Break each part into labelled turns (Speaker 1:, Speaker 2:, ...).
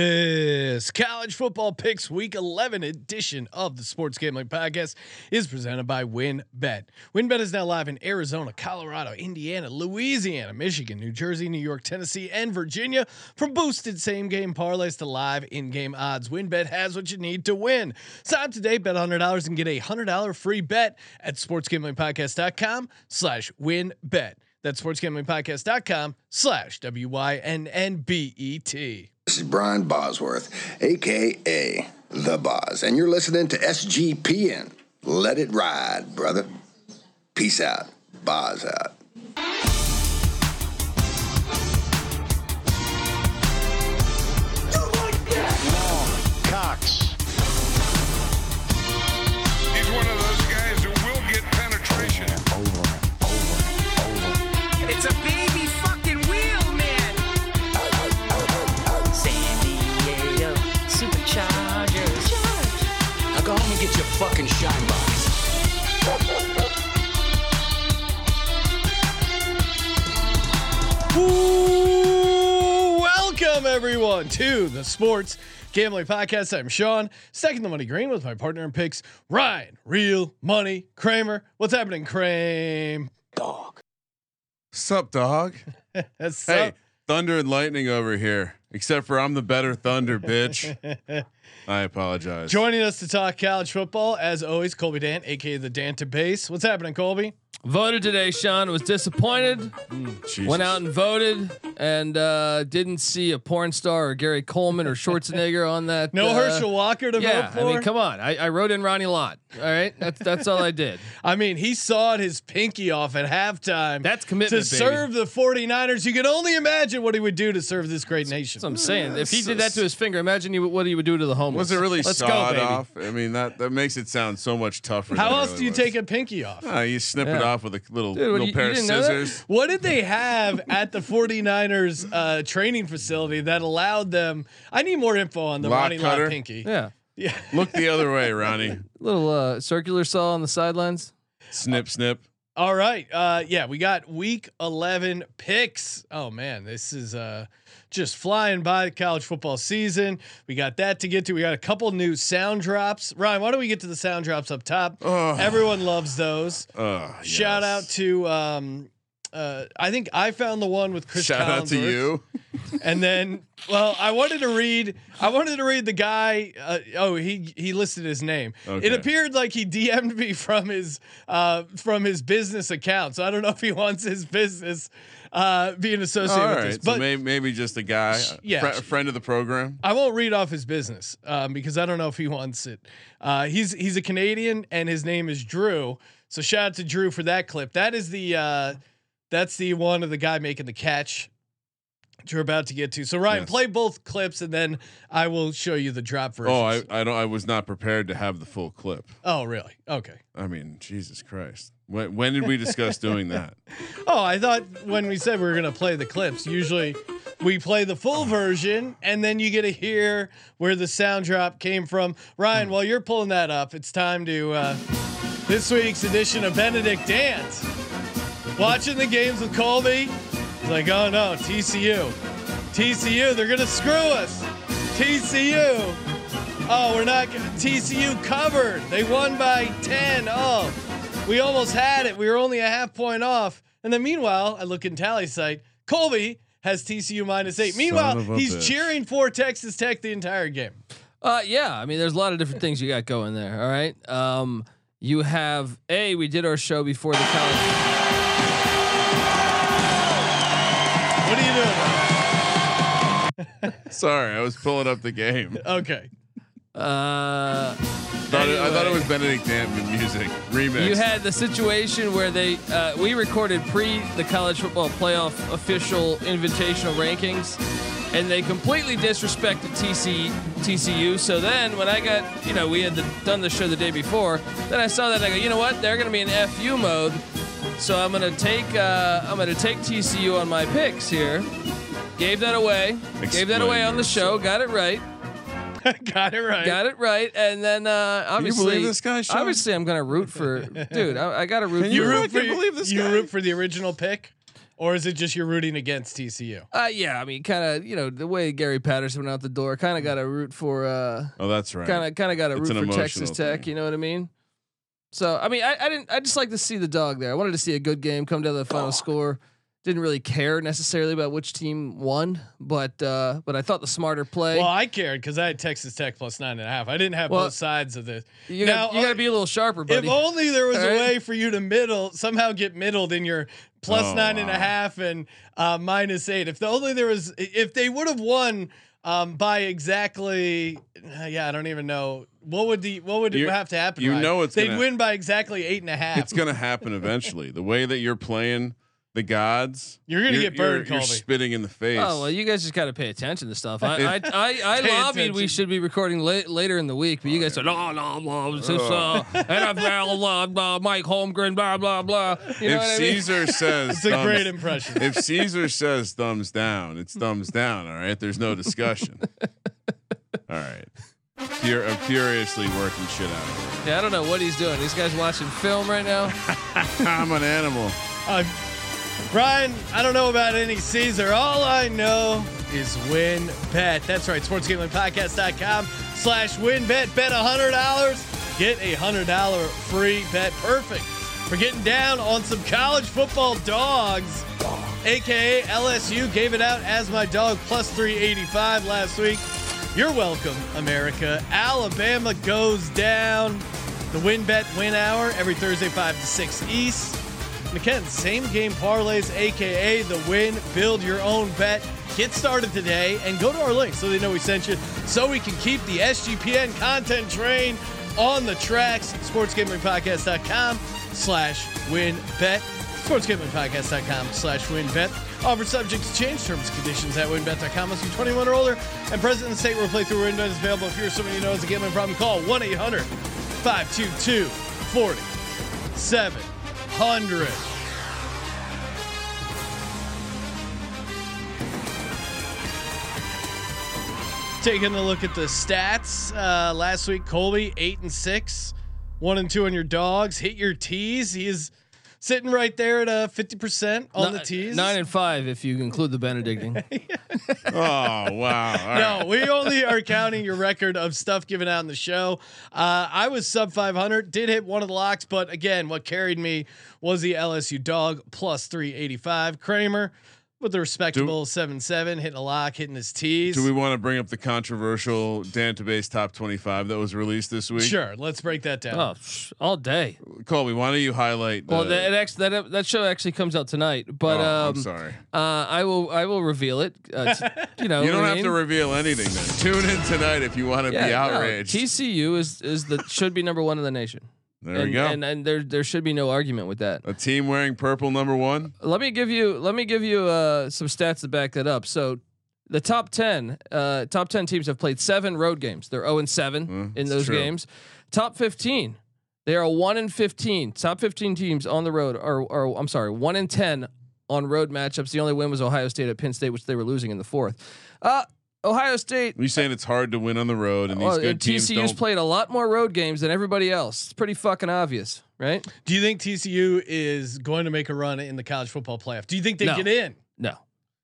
Speaker 1: This college football picks week 11 edition of the Sports Gambling Podcast is presented by WinBet. WinBet is now live in Arizona, Colorado, Indiana, Louisiana, Michigan, New Jersey, New York, Tennessee, and Virginia. From boosted same game parlays to live in game odds, WinBet has what you need to win. Sign up today, bet $100 and get a $100 free bet at sportsgamblingpodcast.com slash winbet. That's sportsgamblingpodcast.com slash E W-Y-N-N-B-E-T.
Speaker 2: This is Brian Bosworth, aka The Boz, and you're listening to SGPN. Let it ride, brother. Peace out. Boz out.
Speaker 3: Cox.
Speaker 4: He's one of those guys who will get penetration.
Speaker 5: It's a baby fucking wheel, man. San Diego Superchargers.
Speaker 6: Now go home and get your fucking shine box.
Speaker 1: Ooh, welcome everyone to the Sports Gambling Podcast. I'm Sean, second the money green with my partner in picks, Ryan, real money, Kramer. What's happening, Kramer?
Speaker 7: Sup, dog?
Speaker 1: That's
Speaker 7: Hey, thunder and lightning over here. Except for I'm the better thunder, bitch. I apologize.
Speaker 1: joining us to talk college football, as always, Colby Dan, aka the Dan to base. What's happening, Colby?
Speaker 8: Voted today, Sean. Was disappointed.
Speaker 7: Jesus.
Speaker 8: Went out and voted, and uh, didn't see a porn star or Gary Coleman or Schwarzenegger on that.
Speaker 1: No
Speaker 8: uh,
Speaker 1: Herschel Walker to
Speaker 8: Yeah,
Speaker 1: vote for.
Speaker 8: I mean, come on. I, I wrote in Ronnie Lott. All right, that's that's all I did.
Speaker 1: I mean, he sawed his pinky off at halftime.
Speaker 8: That's commitment,
Speaker 1: To
Speaker 8: baby.
Speaker 1: serve the 49ers, you can only imagine what he would do to serve this great nation.
Speaker 8: That's what I'm saying. If he did that to his finger, imagine you, what he would do to the homeless.
Speaker 7: Was it really
Speaker 8: Let's go,
Speaker 7: sawed
Speaker 8: baby.
Speaker 7: off? I mean, that that makes it sound so much tougher.
Speaker 1: How
Speaker 7: than it
Speaker 1: else
Speaker 7: really
Speaker 1: do you
Speaker 7: was.
Speaker 1: take a pinky off?
Speaker 7: Ah, you snip it
Speaker 8: Yeah.
Speaker 7: off with a little
Speaker 8: Dude, what,
Speaker 7: little
Speaker 8: you-
Speaker 7: pair
Speaker 8: you
Speaker 7: of
Speaker 8: didn't know that?
Speaker 7: scissors.
Speaker 1: What did they have at the 49ers uh, training facility that allowed them? I need more info on the
Speaker 7: Lock
Speaker 1: Ronnie Lott
Speaker 7: cutter?
Speaker 1: pinky.
Speaker 8: Yeah,
Speaker 7: Look the other way, Ronnie.
Speaker 8: little uh, circular saw on the sidelines.
Speaker 7: Snip, snip.
Speaker 1: All right. Uh, yeah, we got week 11 picks. Oh, man, this is uh, just flying by the college football season. We got that to get to. We got a couple new sound drops. Ryan, why don't we get to the sound drops up top?
Speaker 7: Oh,
Speaker 1: Everyone loves those.
Speaker 7: oh,
Speaker 1: Shout
Speaker 7: yes.
Speaker 1: out to. Um, uh, I think I found the one with Chris.
Speaker 7: Shout out to
Speaker 1: Collinsworth.
Speaker 7: you.
Speaker 1: And then, well, I wanted to read. I wanted to read the guy. Uh, oh, he he listed his name. It
Speaker 7: Okay.
Speaker 1: appeared like he DM'd me from his uh, from his business account. So I don't know if he wants his business uh, being associated
Speaker 7: All
Speaker 1: with
Speaker 7: right.
Speaker 1: this.
Speaker 7: so
Speaker 1: But
Speaker 7: maybe, maybe just a guy, a
Speaker 1: yeah,
Speaker 7: fri-
Speaker 1: sh-
Speaker 7: a friend of the program.
Speaker 1: I won't read off his business um, because I don't know if he wants it. Uh, he's he's a Canadian and his name is Drew. So shout out to Drew for that clip. That is the uh, that's the one of the guy making the catch. that You're about to get to. So Ryan,
Speaker 7: Yes.
Speaker 1: play both clips and then I will show you the drop version.
Speaker 7: Oh, I, I don't. I was not prepared to have the full clip.
Speaker 1: oh really? Okay.
Speaker 7: I mean, Jesus Christ. When, when did we discuss doing that?
Speaker 1: Oh, I thought when we said we were gonna play the clips, usually we play the full version and then you get to hear where the sound drop came from. Ryan,
Speaker 7: Hmm.
Speaker 1: while you're pulling that up, it's time to uh, this week's edition of Benedict Dance. Watching the games with Colby, it's like, oh no, TCU, TCU, they're gonna screw us, TCU. Oh, we're not gonna, TCU covered. They won by 10. Oh, we almost had it. We were only a half point off. And then meanwhile, I look in Tally's site. Colby has TCU minus eight.
Speaker 7: Son
Speaker 1: Meanwhile,
Speaker 7: of a
Speaker 1: he's
Speaker 7: bitch.
Speaker 1: cheering for Texas Tech the entire game.
Speaker 8: Uh, yeah. I mean, there's a lot of different things you got going there. All right. Um, you have a. We did our show before the college.
Speaker 1: What are you doing?
Speaker 7: Sorry, I was pulling up the game.
Speaker 1: Okay.
Speaker 8: Uh,
Speaker 7: Thought it- I thought it was Benedict Dampton music remix.
Speaker 8: you had the situation where they uh, we recorded pre the college football playoff official invitational rankings, and they completely disrespected TC TCU. So then when I got you know we had the, done the show the day before, then I saw that and I go you know what they're gonna be in FU mode, so I'm gonna take uh, I'm gonna take TCU on my picks here. Gave that away. gave that
Speaker 7: Explain
Speaker 8: away on the show.
Speaker 7: yourself.
Speaker 8: Got it right.
Speaker 1: Got it right.
Speaker 8: Got it right, and then uh,
Speaker 7: you believe
Speaker 8: obviously,
Speaker 7: this guy, Sean?
Speaker 8: obviously, I'm gonna root for dude. I, I gotta root.
Speaker 7: you
Speaker 8: for,
Speaker 7: root- I can believe this
Speaker 1: you
Speaker 7: guy.
Speaker 1: root for the original pick? or is it just you're rooting against TCU?
Speaker 8: Uh, yeah, I mean, kind of, you know, the way Gary Patterson went out the door, kind of got to root for, uh,
Speaker 7: Oh, that's Mm. right.
Speaker 8: kind of, kind of got to
Speaker 7: It's
Speaker 8: root
Speaker 7: an
Speaker 8: for
Speaker 7: emotional
Speaker 8: Texas Tech.
Speaker 7: thing.
Speaker 8: You know what I mean? So, I mean, I, I didn't, I just like to see the dog there. I wanted to see a good game come down to the final score. Didn't really care necessarily about which team won, but, uh, but I thought the smarter play.
Speaker 1: Well, I cared because I had Texas Tech plus nine and a half. I didn't have
Speaker 8: Well,
Speaker 1: both sides of this.
Speaker 8: you
Speaker 1: now, uh,
Speaker 8: got, you got
Speaker 7: uh,
Speaker 8: to be a little sharper,
Speaker 1: If
Speaker 8: buddy.
Speaker 1: only there was
Speaker 8: All
Speaker 1: a
Speaker 8: right.
Speaker 1: way for you to middle somehow get middled in your plus
Speaker 7: Oh,
Speaker 1: nine and a
Speaker 7: wow.
Speaker 1: half and uh, minus eight. If the only there was, if they would have won um, by exactly, uh, yeah, I don't even know what would the what would
Speaker 7: You-
Speaker 1: have to happen.
Speaker 7: you
Speaker 1: Ryan?
Speaker 7: know it's
Speaker 1: they'd
Speaker 7: gonna-
Speaker 1: win by exactly eight and a half.
Speaker 7: it's gonna happen eventually. The way that you're playing the gods,
Speaker 1: You're gonna get burned,
Speaker 7: You're,
Speaker 1: Colby.
Speaker 7: spitting in the face.
Speaker 8: Oh well, you guys just got to pay attention to stuff. I I, I, I
Speaker 1: Pay
Speaker 8: lobbied we
Speaker 1: attention.
Speaker 8: should be recording late, later in the week, but you guys said no, no, no, it's just, uh, NFL, blah, blah, Mike Holmgren, blah, blah, blah. You know
Speaker 7: if
Speaker 8: what I mean?
Speaker 7: Caesar says
Speaker 1: It's a
Speaker 7: thumbs-
Speaker 1: great impression.
Speaker 7: if Caesar says thumbs down, it's thumbs down. All right, there's no discussion. All right, Fur- I'm furiously working shit out. of
Speaker 8: Yeah, I don't know what he's doing. These guys watching film right now.
Speaker 7: it. I'm an animal.
Speaker 1: Uh, Brian, I don't know about any Caesar. All I know is win bet. That's right. SportsGamblingPodcast.com slash win bet. Bet $100. Get a $100 free bet. Perfect for getting down on some college football dogs. AKA LSU gave it out as my dog plus 385 last week. You're welcome, America. Alabama goes down. The win bet win hour every Thursday, 5 to 6 East. And again, same game parlays, AKA the win, build your own bet. Get started today and go to our link so they know we sent you so we can keep the SGPN content train on the tracks. SportsGamblingPodcast.com slash win bet. SportsGamblingPodcast.com slash winbet. Offer subjects change terms, conditions at winbet.com must be 21 or older and present in the state where playthrough window is available. If you're someone you know has a gambling problem, call 1 800 522 4700. Taking a look at the stats uh, last week, Colby eight and six, one and two on your dogs. Hit your tees. He is sitting right there at uh fifty percent on
Speaker 8: Ni-
Speaker 1: the tees.
Speaker 8: Nine and five if you include the Benedictine.
Speaker 7: Oh wow! All right.
Speaker 1: no, we only are counting your record of stuff given out in the show. Uh, I was sub 500, did hit one of the locks, but again, what carried me was the LSU dog plus 385. Kramer with a respectable 7 7, hitting a lock, hitting his tees.
Speaker 7: Do we want to bring up the controversial Dantabase Top 25 that was released this week?
Speaker 1: sure, let's break that down.
Speaker 8: oh, psh, all day.
Speaker 7: Colby, why don't you highlight? The,
Speaker 8: Well, that, it actually, that that show actually comes out tonight, but
Speaker 7: Oh,
Speaker 8: um,
Speaker 7: I'm sorry.
Speaker 8: Uh, I will I will reveal it. Uh, t- you know,
Speaker 7: You don't
Speaker 8: what I
Speaker 7: have
Speaker 8: mean?
Speaker 7: to reveal anything. Then. Tune in tonight if you want to be
Speaker 8: no,
Speaker 7: outraged.
Speaker 8: TCU is is the should be number one in the nation.
Speaker 7: there
Speaker 8: and,
Speaker 7: we go.
Speaker 8: And, and there there should be no argument with that.
Speaker 7: a team wearing purple, number one.
Speaker 8: Let me give you let me give you uh, some stats to back that up. So the top ten uh, top ten teams have played seven road games. They're zero and seven
Speaker 7: Mm,
Speaker 8: in
Speaker 7: it's
Speaker 8: those
Speaker 7: true.
Speaker 8: games. Top fifteen. They are one in fifteen. Top fifteen teams on the road are, are I'm sorry, one in ten on road matchups. The only win was Ohio State at Penn State, which they were losing in the fourth. Uh, Ohio State uh,
Speaker 7: You saying it's hard to win on the road, and these
Speaker 8: Well,
Speaker 7: good teams
Speaker 8: TCU's
Speaker 7: don't.
Speaker 8: played a lot more road games than everybody else. It's pretty fucking obvious, right?
Speaker 1: Do you think TCU is going to make a run in the college football playoff? Do you think they
Speaker 8: No.
Speaker 1: get in?
Speaker 8: No,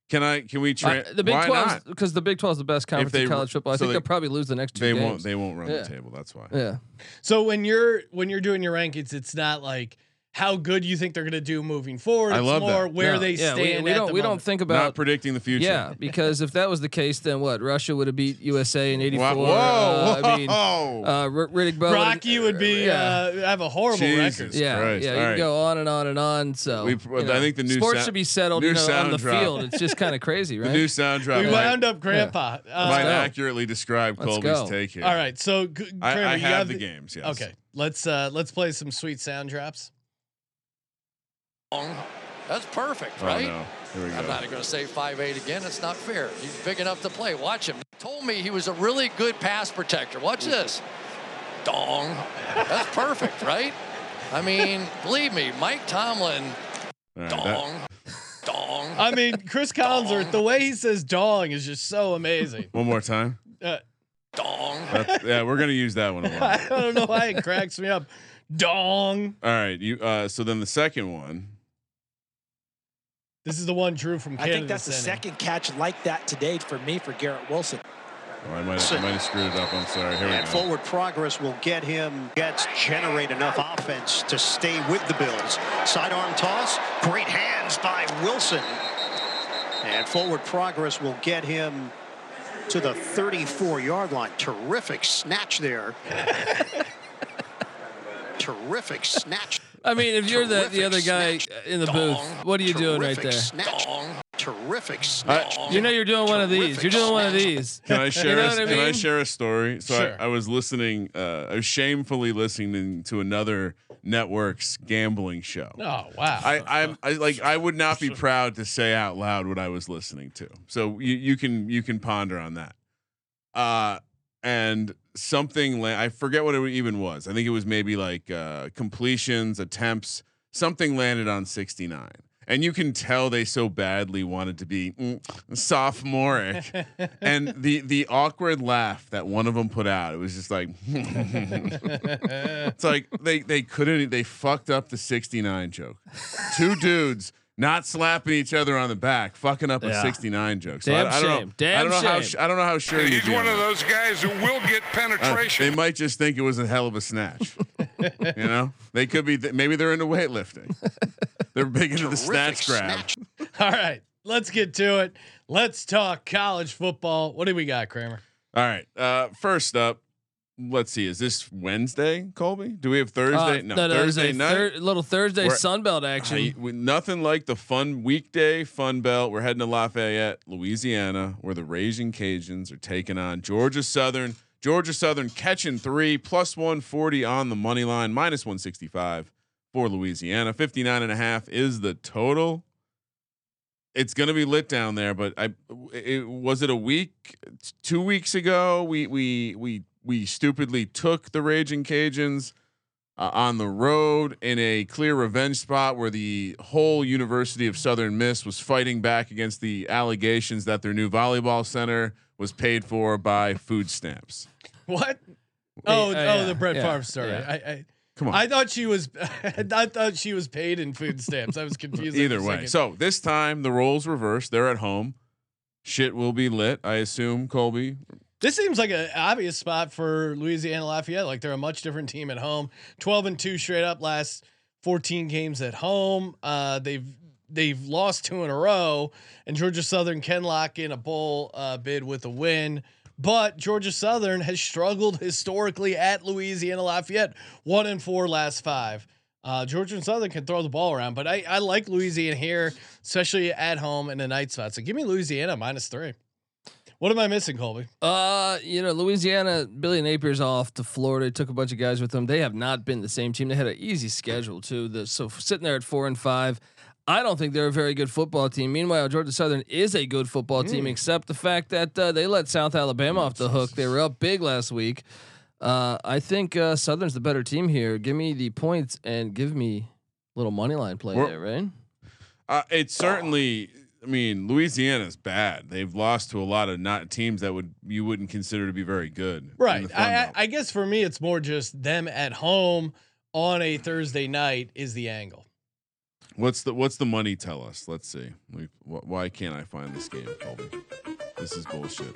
Speaker 7: can I? Can we? Tra-
Speaker 8: Uh, the Big
Speaker 7: why
Speaker 8: Twelve
Speaker 7: not?
Speaker 8: because the Big Twelve is the best conference
Speaker 7: they-
Speaker 8: in college football. I
Speaker 7: so
Speaker 8: think
Speaker 7: they-
Speaker 8: they, will probably lose the next two
Speaker 7: They
Speaker 8: games.
Speaker 7: won't. They won't run
Speaker 8: Yeah.
Speaker 7: the table. That's why.
Speaker 8: yeah,
Speaker 1: So when you're when you're doing your rankings, it's not like how good you think they're going to do moving forward.
Speaker 7: I
Speaker 1: it's
Speaker 7: love that.
Speaker 1: more where
Speaker 8: No,
Speaker 1: they
Speaker 8: yeah, we-
Speaker 1: stand.
Speaker 8: We,
Speaker 1: at
Speaker 8: don't.
Speaker 1: the
Speaker 8: we don't
Speaker 1: moment.
Speaker 8: think
Speaker 7: Not
Speaker 8: about.
Speaker 7: predicting the future.
Speaker 8: yeah, because if that was the case, then what? Russia would have beat USA in '84.
Speaker 7: Whoa! Whoa!
Speaker 8: Uh, I mean,
Speaker 7: whoa.
Speaker 8: uh, R- Riddick Bowe.
Speaker 1: Rocky would be
Speaker 8: Yeah.
Speaker 1: uh, have a horrible
Speaker 7: Jesus.
Speaker 1: record.
Speaker 8: yeah,
Speaker 7: Christ.
Speaker 8: yeah,
Speaker 7: All
Speaker 8: you
Speaker 7: right.
Speaker 8: can go on and on and on. So
Speaker 7: We-
Speaker 8: you
Speaker 7: I think the new
Speaker 8: sports
Speaker 7: sou-
Speaker 8: should be settled
Speaker 7: new
Speaker 8: you know, on
Speaker 7: sound
Speaker 8: the
Speaker 7: drop.
Speaker 8: field. It's just kind of crazy, right?
Speaker 7: the new sound drop.
Speaker 1: We
Speaker 7: might-
Speaker 1: wound up grandpa.
Speaker 7: might
Speaker 1: Uh,
Speaker 8: go.
Speaker 7: accurately describe
Speaker 8: Let's
Speaker 7: Colby's
Speaker 8: go.
Speaker 7: take here.
Speaker 1: all right, so g- Kramer,
Speaker 7: I, I
Speaker 1: you
Speaker 7: have the, games. Yes.
Speaker 1: Okay, let's uh, let's play some sweet sound drops.
Speaker 3: That's perfect,
Speaker 7: Oh
Speaker 3: right?
Speaker 7: no. Here we go.
Speaker 3: I'm not going to say 5'8 again. It's not fair. He's big enough to play. Watch him. Told me he was a really good pass protector. Watch this. Dong. That's perfect, right? I mean, believe me, Mike Tomlin.
Speaker 7: All right, that-
Speaker 3: Dong. Dong.
Speaker 1: I mean, Chris Collinsworth, the way he says "dong" is just so amazing.
Speaker 7: one more time.
Speaker 1: Uh,
Speaker 3: Dong.
Speaker 7: That's- yeah, we're gonna use that one a lot.
Speaker 1: I don't know why it cracks me up. Dong.
Speaker 7: All right. You. Uh, so then the second one.
Speaker 1: This is the one Drew from
Speaker 9: I
Speaker 1: Canada.
Speaker 9: think that's the
Speaker 1: sent in.
Speaker 9: second catch like that today for me for Garrett Wilson.
Speaker 7: Oh, I might have, might have screwed it up. I'm sorry. Here we
Speaker 10: And
Speaker 7: go.
Speaker 10: forward progress will get him, gets generate enough offense to stay with the Bills. Sidearm toss, great hands by Wilson. And forward progress will get him to the 34 yard line. Terrific snatch there. Terrific snatch.
Speaker 8: I mean, if you're the, the other guy
Speaker 10: Terrific
Speaker 8: in the
Speaker 10: snatch.
Speaker 8: booth, what are you doing right
Speaker 10: Terrific
Speaker 8: there?
Speaker 10: Snatch. Terrific
Speaker 7: I-
Speaker 10: snatch.
Speaker 8: You know you're doing one of these. You're doing one of these.
Speaker 7: Can I share?
Speaker 8: know
Speaker 7: a,
Speaker 8: what I
Speaker 7: Can I
Speaker 8: mean?
Speaker 7: share a story? So
Speaker 1: Sure.
Speaker 7: I, I was listening. Uh, I was shamefully listening to another network's gambling show.
Speaker 1: Oh wow.
Speaker 7: I, I'm I, like I would not be proud to say out loud what I was listening to. So you, you can you can ponder on that. Uh, and something like I forget what it even was. I think it was maybe like uh, completions, attempts, something landed on 69. And you can tell they so badly wanted to be mm, sophomoric, and the the awkward laugh that one of them put out. It was just like, it's like they they couldn't they fucked up the 69 joke. Two dudes not slapping each other on the back, fucking up a
Speaker 8: Yeah.
Speaker 7: 69 joke. So
Speaker 8: Damn
Speaker 7: I, I don't
Speaker 8: shame.
Speaker 7: know. I
Speaker 8: Damn
Speaker 7: don't know how
Speaker 8: shame.
Speaker 7: sh- I don't know how sure you
Speaker 4: He's
Speaker 7: do.
Speaker 4: one
Speaker 7: on
Speaker 4: of
Speaker 7: that.
Speaker 4: those guys who will get
Speaker 7: Uh, they
Speaker 4: penetration.
Speaker 7: might just think it was a hell of a snatch. you know, they could be. Th- maybe they're into weightlifting. They're big into the snatch grab.
Speaker 1: All right, let's get to it. Let's talk college football. What do we got, Kramer?
Speaker 7: All right. Uh, first up, let's see. Is this Wednesday, Colby? Do we have
Speaker 8: Uh,
Speaker 7: Thursday?
Speaker 8: there's a
Speaker 7: Thursday night.
Speaker 8: thir- little Thursday
Speaker 7: We're-
Speaker 8: Sunbelt action.
Speaker 7: I- we- nothing like the fun weekday fun belt. We're heading to Lafayette, Louisiana, where the Raging Cajuns are taking on Georgia Southern. Georgia Southern catching three plus 140 on the money line, minus 165 for Louisiana. 59 and a half is the total. It's going to be lit down there, but I it, was it a week, two weeks ago? We we we we stupidly took the Raging Cajuns uh, on the road in a clear revenge spot where the whole University of Southern Miss was fighting back against the allegations that their new volleyball center was paid for by food stamps.
Speaker 1: What? Oh,
Speaker 8: uh,
Speaker 1: oh,
Speaker 8: yeah,
Speaker 1: the Brett
Speaker 8: yeah,
Speaker 1: Favre story.
Speaker 8: yeah.
Speaker 1: I, I
Speaker 7: Come on.
Speaker 1: I thought she was. I thought she was paid in food stamps. I was confused. there
Speaker 7: Either
Speaker 1: for a
Speaker 7: way.
Speaker 1: second.
Speaker 7: So this time the roles reversed. They're at home. Shit will be lit, I assume, Colby.
Speaker 1: this seems like an obvious spot for Louisiana Lafayette. Like they're a much different team at home. Twelve and two straight up last fourteen games at home. Uh, they've they've lost two in a row, and Georgia Southern can lock in a bowl uh, bid with a win. But Georgia Southern has struggled historically at Louisiana Lafayette. One and four last five. Uh, Georgia and Southern can throw the ball around, but I, I like Louisiana here, especially at home in the night spot. So give me Louisiana minus three. What am I missing, Colby?
Speaker 8: Uh, you know, Louisiana, Billy Napier's off to Florida. Took a bunch of guys with them. They have not been the same team. They had an easy schedule too. The, so sitting there at four and five, I don't think they're a very good football team. Meanwhile, Georgia Southern is a good football team,
Speaker 7: Hmm.
Speaker 8: except the fact that uh, they let South Alabama off the hook. They were up big last week. Uh, I think uh, Southern's the better team here. Give me the points and give me a little money line play
Speaker 7: We're-
Speaker 8: there, right?
Speaker 7: Uh, it's certainly. I mean, Louisiana's bad. They've lost to a lot of not teams that would you wouldn't consider to be very good. in
Speaker 1: Right.
Speaker 7: the Fun
Speaker 1: I, I,
Speaker 7: Belt.
Speaker 1: I guess for me, it's more just them at home on a Thursday night is the angle.
Speaker 7: What's the what's the money tell us? Let's see. We, wh- why can't I find this game, Colby? This is bullshit.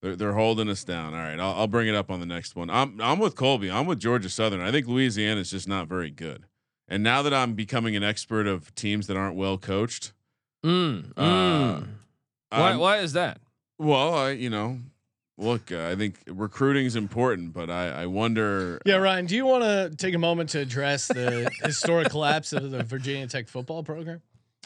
Speaker 7: They're, they're holding us down. All right, I'll, I'll bring it up on the next one. I'm I'm with Colby. I'm with Georgia Southern. I think Louisiana is just not very good. And now that I'm becoming an expert of teams that aren't well coached,
Speaker 8: Mm,
Speaker 7: Uh,
Speaker 8: mm. why?
Speaker 7: I'm-
Speaker 8: Why is that?
Speaker 7: well, I you know, look, uh, I think recruiting's important, but I I wonder.
Speaker 1: Yeah, Ryan, do you want to take a moment to address the historic collapse of the Virginia Tech football program?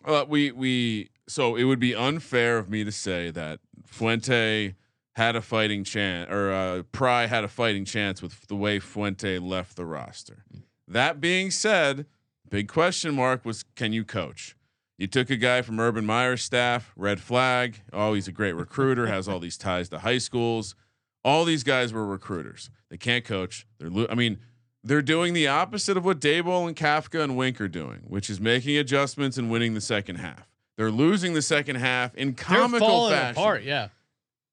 Speaker 7: Uh, we we so it would be unfair of me to say that Fuente had a fighting chance or uh, Pry had a fighting chance with the way Fuente left the roster. That being said, big question mark was can you coach? You took a guy from Urban Meyer's staff, red flag. Oh, he's a great recruiter, has all these ties to high schools. All these guys were recruiters. They can't coach. They're lo- I mean, they're doing the opposite of what Dable and Kafka and Wink are doing, which is making adjustments and winning the second half. They're losing the second half in
Speaker 1: They're
Speaker 7: comical
Speaker 1: falling
Speaker 7: fashion.
Speaker 1: apart. Yeah.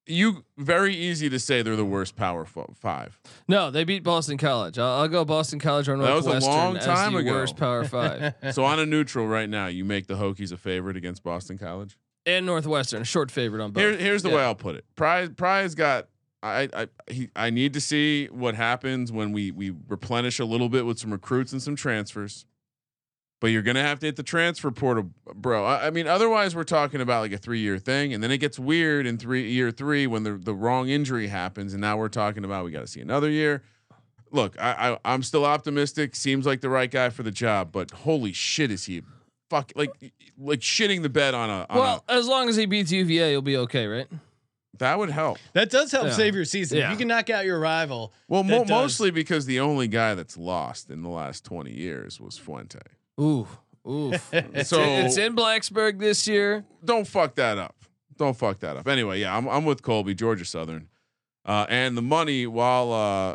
Speaker 7: you very easy to say they're the worst Power fo- Five.
Speaker 8: No, they beat Boston College. I'll, I'll go Boston College or
Speaker 7: That was
Speaker 8: Northwestern
Speaker 7: a long time
Speaker 8: as the
Speaker 7: ago.
Speaker 8: worst Power Five.
Speaker 7: so on a neutral right now, you make the Hokies a favorite against Boston College.
Speaker 8: and Northwestern, a short favorite on both.
Speaker 7: Here, here's the
Speaker 8: Yeah.
Speaker 7: way I'll put it. Pry, Pry's got. I, I he, I need to see what happens when we we replenish a little bit with some recruits and some transfers. But you're gonna have to hit the transfer portal, bro. I, I mean, otherwise we're talking about like a three year thing, and then it gets weird in three year three when the the wrong injury happens, and now we're talking about we got to see another year. Look, I, I I'm still optimistic. Seems like the right guy for the job, but holy shit, is he fuck like like shitting the bed on a on a-
Speaker 8: Well, as long as he beats UVA, you'll be okay, right?
Speaker 7: that would help.
Speaker 1: That does help
Speaker 8: Yeah.
Speaker 1: save your season. If
Speaker 8: Yeah.
Speaker 1: you can knock out your rival.
Speaker 7: Well,
Speaker 1: that
Speaker 7: mo-
Speaker 1: does-
Speaker 7: mostly because the only guy that's lost in the last 20 years was Fuente.
Speaker 8: Ooh, ooh. it's,
Speaker 7: So-
Speaker 8: in, it's in Blacksburg this year.
Speaker 7: Don't fuck that up. Don't fuck that up. Anyway, yeah, I'm, I'm with Colby, Georgia Southern. Uh, and the money, while uh,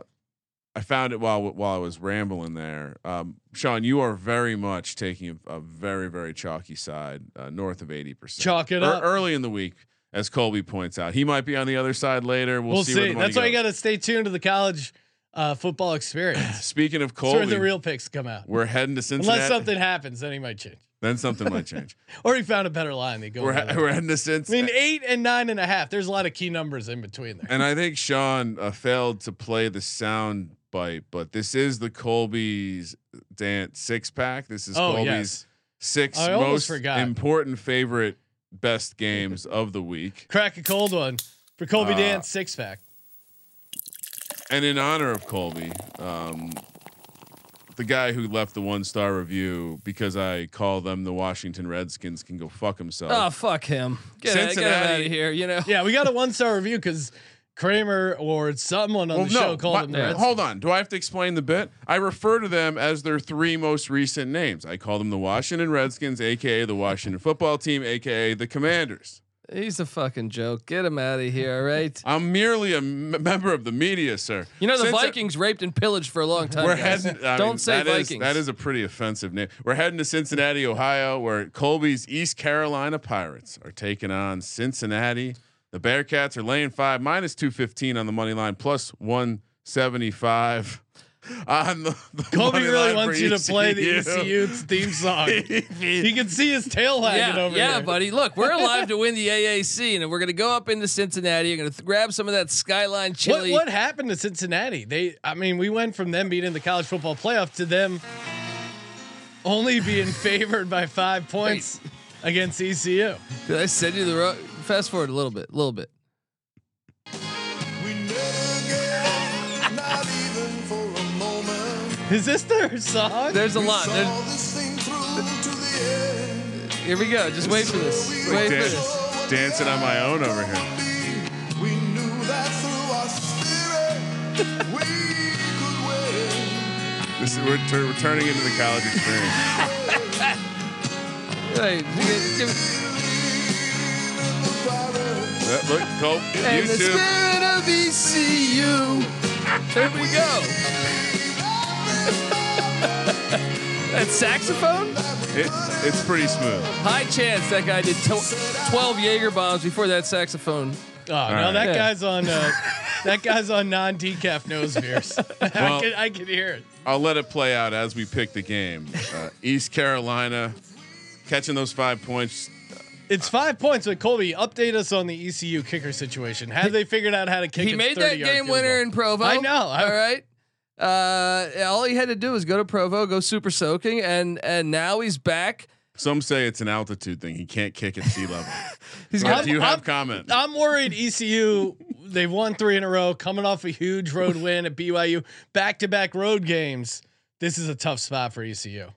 Speaker 7: I found it while while I was rambling there, um, Sean, you are very much taking a, a very very chalky side, uh, north of eighty percent. Er,
Speaker 1: Chalk it up.
Speaker 7: early in the week, as Colby points out. He might be on the other side later. We'll,
Speaker 1: We'll,
Speaker 7: see.
Speaker 1: see.
Speaker 7: Where the money
Speaker 1: That's why you
Speaker 7: goes.
Speaker 1: got to stay tuned to the college uh, football experience.
Speaker 7: Speaking of
Speaker 1: That's where the
Speaker 7: Colby,
Speaker 1: real picks come out.
Speaker 7: we're heading to Cincinnati.
Speaker 1: Unless something happens, then he might change.
Speaker 7: then something might change.
Speaker 1: Or he found a better line. They go.
Speaker 7: We're,
Speaker 1: with it.
Speaker 7: we're heading to Cincy.
Speaker 1: I mean, eight and nine and a half. There's a lot of key numbers in between there.
Speaker 7: and I think Sean uh, failed to play the sound bite, but this is the Colby's dance six pack. This is
Speaker 1: Oh,
Speaker 7: Colby's
Speaker 1: yes.
Speaker 7: six
Speaker 1: I almost
Speaker 7: most
Speaker 1: forgot.
Speaker 7: important favorite best games of the week.
Speaker 1: Crack a cold one for Colby
Speaker 7: Uh,
Speaker 1: Dance six pack.
Speaker 7: And in honor of Colby, um, the guy who left the one star review because I call them the Washington Redskins can go fuck himself.
Speaker 8: Oh, fuck him. Get, get him out
Speaker 7: Cincinnati-
Speaker 8: of here. You know.
Speaker 1: Yeah, we got a one star review because Kramer or someone on
Speaker 7: Well,
Speaker 1: the
Speaker 7: no,
Speaker 1: show called
Speaker 7: my-
Speaker 1: him the
Speaker 8: yeah.
Speaker 1: Redskins.
Speaker 7: Hold on. Do I have to explain the bit? I refer to them as their three most recent names. I call them the Washington Redskins, aka the Washington Football Team, aka the Commanders.
Speaker 8: He's a fucking joke. Get him out of here. All right.
Speaker 7: I'm merely a m- member of the media, sir.
Speaker 8: You know the
Speaker 7: Since I-
Speaker 8: Vikings raped and pillaged for a long time.
Speaker 7: We're
Speaker 8: guys.
Speaker 7: heading.
Speaker 8: Don't say
Speaker 7: that is-
Speaker 8: Vikings.
Speaker 7: that is a pretty offensive name. We're heading to Cincinnati, Ohio, where Colby's East Carolina Pirates are taking on Cincinnati. The Bearcats are laying five minus two fifteen on the money line, plus one seventy five on the. the
Speaker 1: Colby
Speaker 7: money
Speaker 1: really
Speaker 7: line
Speaker 1: wants
Speaker 7: for E
Speaker 1: you to play the E ECU theme song. you can see his tail wagging
Speaker 8: yeah,
Speaker 1: over
Speaker 8: yeah,
Speaker 1: there.
Speaker 8: buddy. Look, we're alive to win the AAC, and we're going to go up into Cincinnati. You're going to grab some of that skyline
Speaker 1: What,
Speaker 8: chili.
Speaker 1: what happened to Cincinnati? They, I mean, we went from them being in the college football playoff to them only being favored by five points against E ECU.
Speaker 8: Did I send you the road? Fast forward a little bit, a little bit.
Speaker 1: Is this their song?
Speaker 8: There's a lot. There's, here we go. Just wait for this. Wait for this.
Speaker 7: Dan- dancing on my own over here. This is, we're, tur- we're turning into the college experience.
Speaker 8: Hey, give- give-
Speaker 7: Uh, Look, Col-
Speaker 8: and the
Speaker 7: YouTube.
Speaker 8: spirit of E ECU. There we go. that saxophone?
Speaker 7: It, it's pretty smooth.
Speaker 8: High chance that guy did tw- 12 Jaeger bombs before that saxophone.
Speaker 1: Oh no, that
Speaker 8: Yeah.
Speaker 1: guy's on. Uh, that guy's on non-decaf nose beers. I
Speaker 7: Well-
Speaker 1: can I can hear it.
Speaker 7: I'll let it play out as we pick the game. Uh, East Carolina catching those five points.
Speaker 1: It's five points, but Colby, update us on the ECU kicker situation. Have they figured out how to kick?
Speaker 8: He
Speaker 1: a
Speaker 8: made that
Speaker 1: 30-yard
Speaker 8: game
Speaker 1: field
Speaker 8: winner
Speaker 1: goal?
Speaker 8: in Provo.
Speaker 1: I know. I-
Speaker 8: All right. Uh, all he had to do was go to Provo, go super soaking, and and now he's back.
Speaker 7: Some say it's an altitude thing. He can't kick at sea level.
Speaker 8: He's
Speaker 7: Matt,
Speaker 8: got
Speaker 7: do you have
Speaker 1: I'm-
Speaker 7: comment?
Speaker 1: I'm worried E ECU. They've won three in a row, coming off a huge road win at BYU, back-to-back road games. This is a tough spot for E ECU.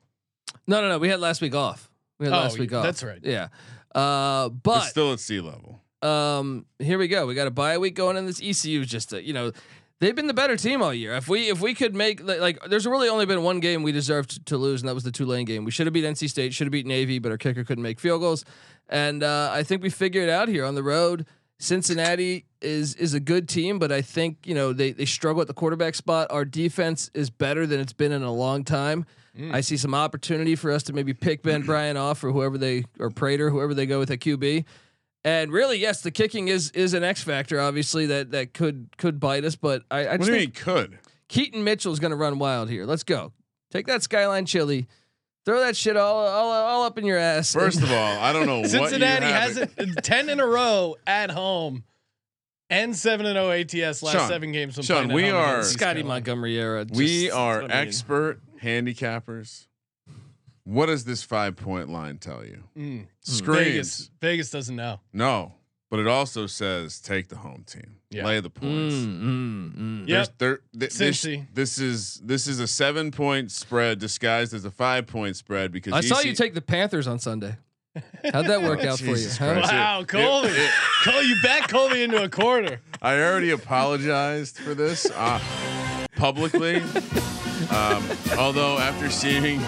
Speaker 8: no, no, no. We had last week off. We had
Speaker 1: Oh,
Speaker 8: last week
Speaker 1: yeah,
Speaker 8: off.
Speaker 1: that's right.
Speaker 8: Yeah. Uh,
Speaker 7: It's
Speaker 8: but
Speaker 7: still at sea level.
Speaker 8: um, here we go. We got a bye week going, and this ECU is just a, you know they've been the better team all year. If we if we could make like, like there's really only been one game we deserved to, to lose, and that was the Tulane game. We should have beat NC State, should have beat Navy, but our kicker couldn't make field goals. And uh, I think we figured it out here on the road. Cincinnati is is a good team, but I think you know they they struggle at the quarterback spot. Our defense is better than it's been in a long time. I see some opportunity for us to maybe pick Ben Bryant off or whoever they or Prater, whoever they go with at QB And really, yes, the kicking is is an X factor. Obviously, that that could could bite us. But I, I
Speaker 7: What
Speaker 8: just
Speaker 7: do you mean
Speaker 8: think
Speaker 7: could?
Speaker 8: Keaton Mitchell's going to run wild here. Let's go. Take that skyline chili. Throw that shit all all, all up in your ass.
Speaker 7: First
Speaker 8: and-
Speaker 7: of all, I don't know what you
Speaker 1: Cincinnati
Speaker 7: have
Speaker 1: has
Speaker 7: it-
Speaker 1: it ten in a row at home, and seven and oh zero ATS last
Speaker 7: Sean,
Speaker 1: seven games. when
Speaker 7: Sean,
Speaker 1: playing at
Speaker 7: we
Speaker 1: home against
Speaker 7: are-
Speaker 1: East
Speaker 8: Scotty
Speaker 1: Carolina.
Speaker 8: Montgomery era. just-
Speaker 7: we are
Speaker 8: what I mean.
Speaker 7: expert handicappers. What does this five point line tell you?
Speaker 1: Mm.
Speaker 7: Screams.
Speaker 1: Vegas. Vegas doesn't know.
Speaker 7: No, but it also says take the home team.
Speaker 1: Yeah.
Speaker 7: Lay the points.
Speaker 8: Mm, mm, mm.
Speaker 1: Yep.
Speaker 7: There's- there- th- this,
Speaker 1: Cincy.
Speaker 7: this is this is a seven point spread disguised as a five point spread because
Speaker 8: I saw
Speaker 7: EC
Speaker 8: you take the Panthers on Sunday. How'd that work
Speaker 7: Oh,
Speaker 8: out for you?
Speaker 7: Jesus
Speaker 8: huh?
Speaker 7: Christ. That's it.
Speaker 1: Wow,
Speaker 7: It-
Speaker 1: Colby. Call you back, Colby, into a corner.
Speaker 7: I already apologized for this uh, publicly. Um, although after seeing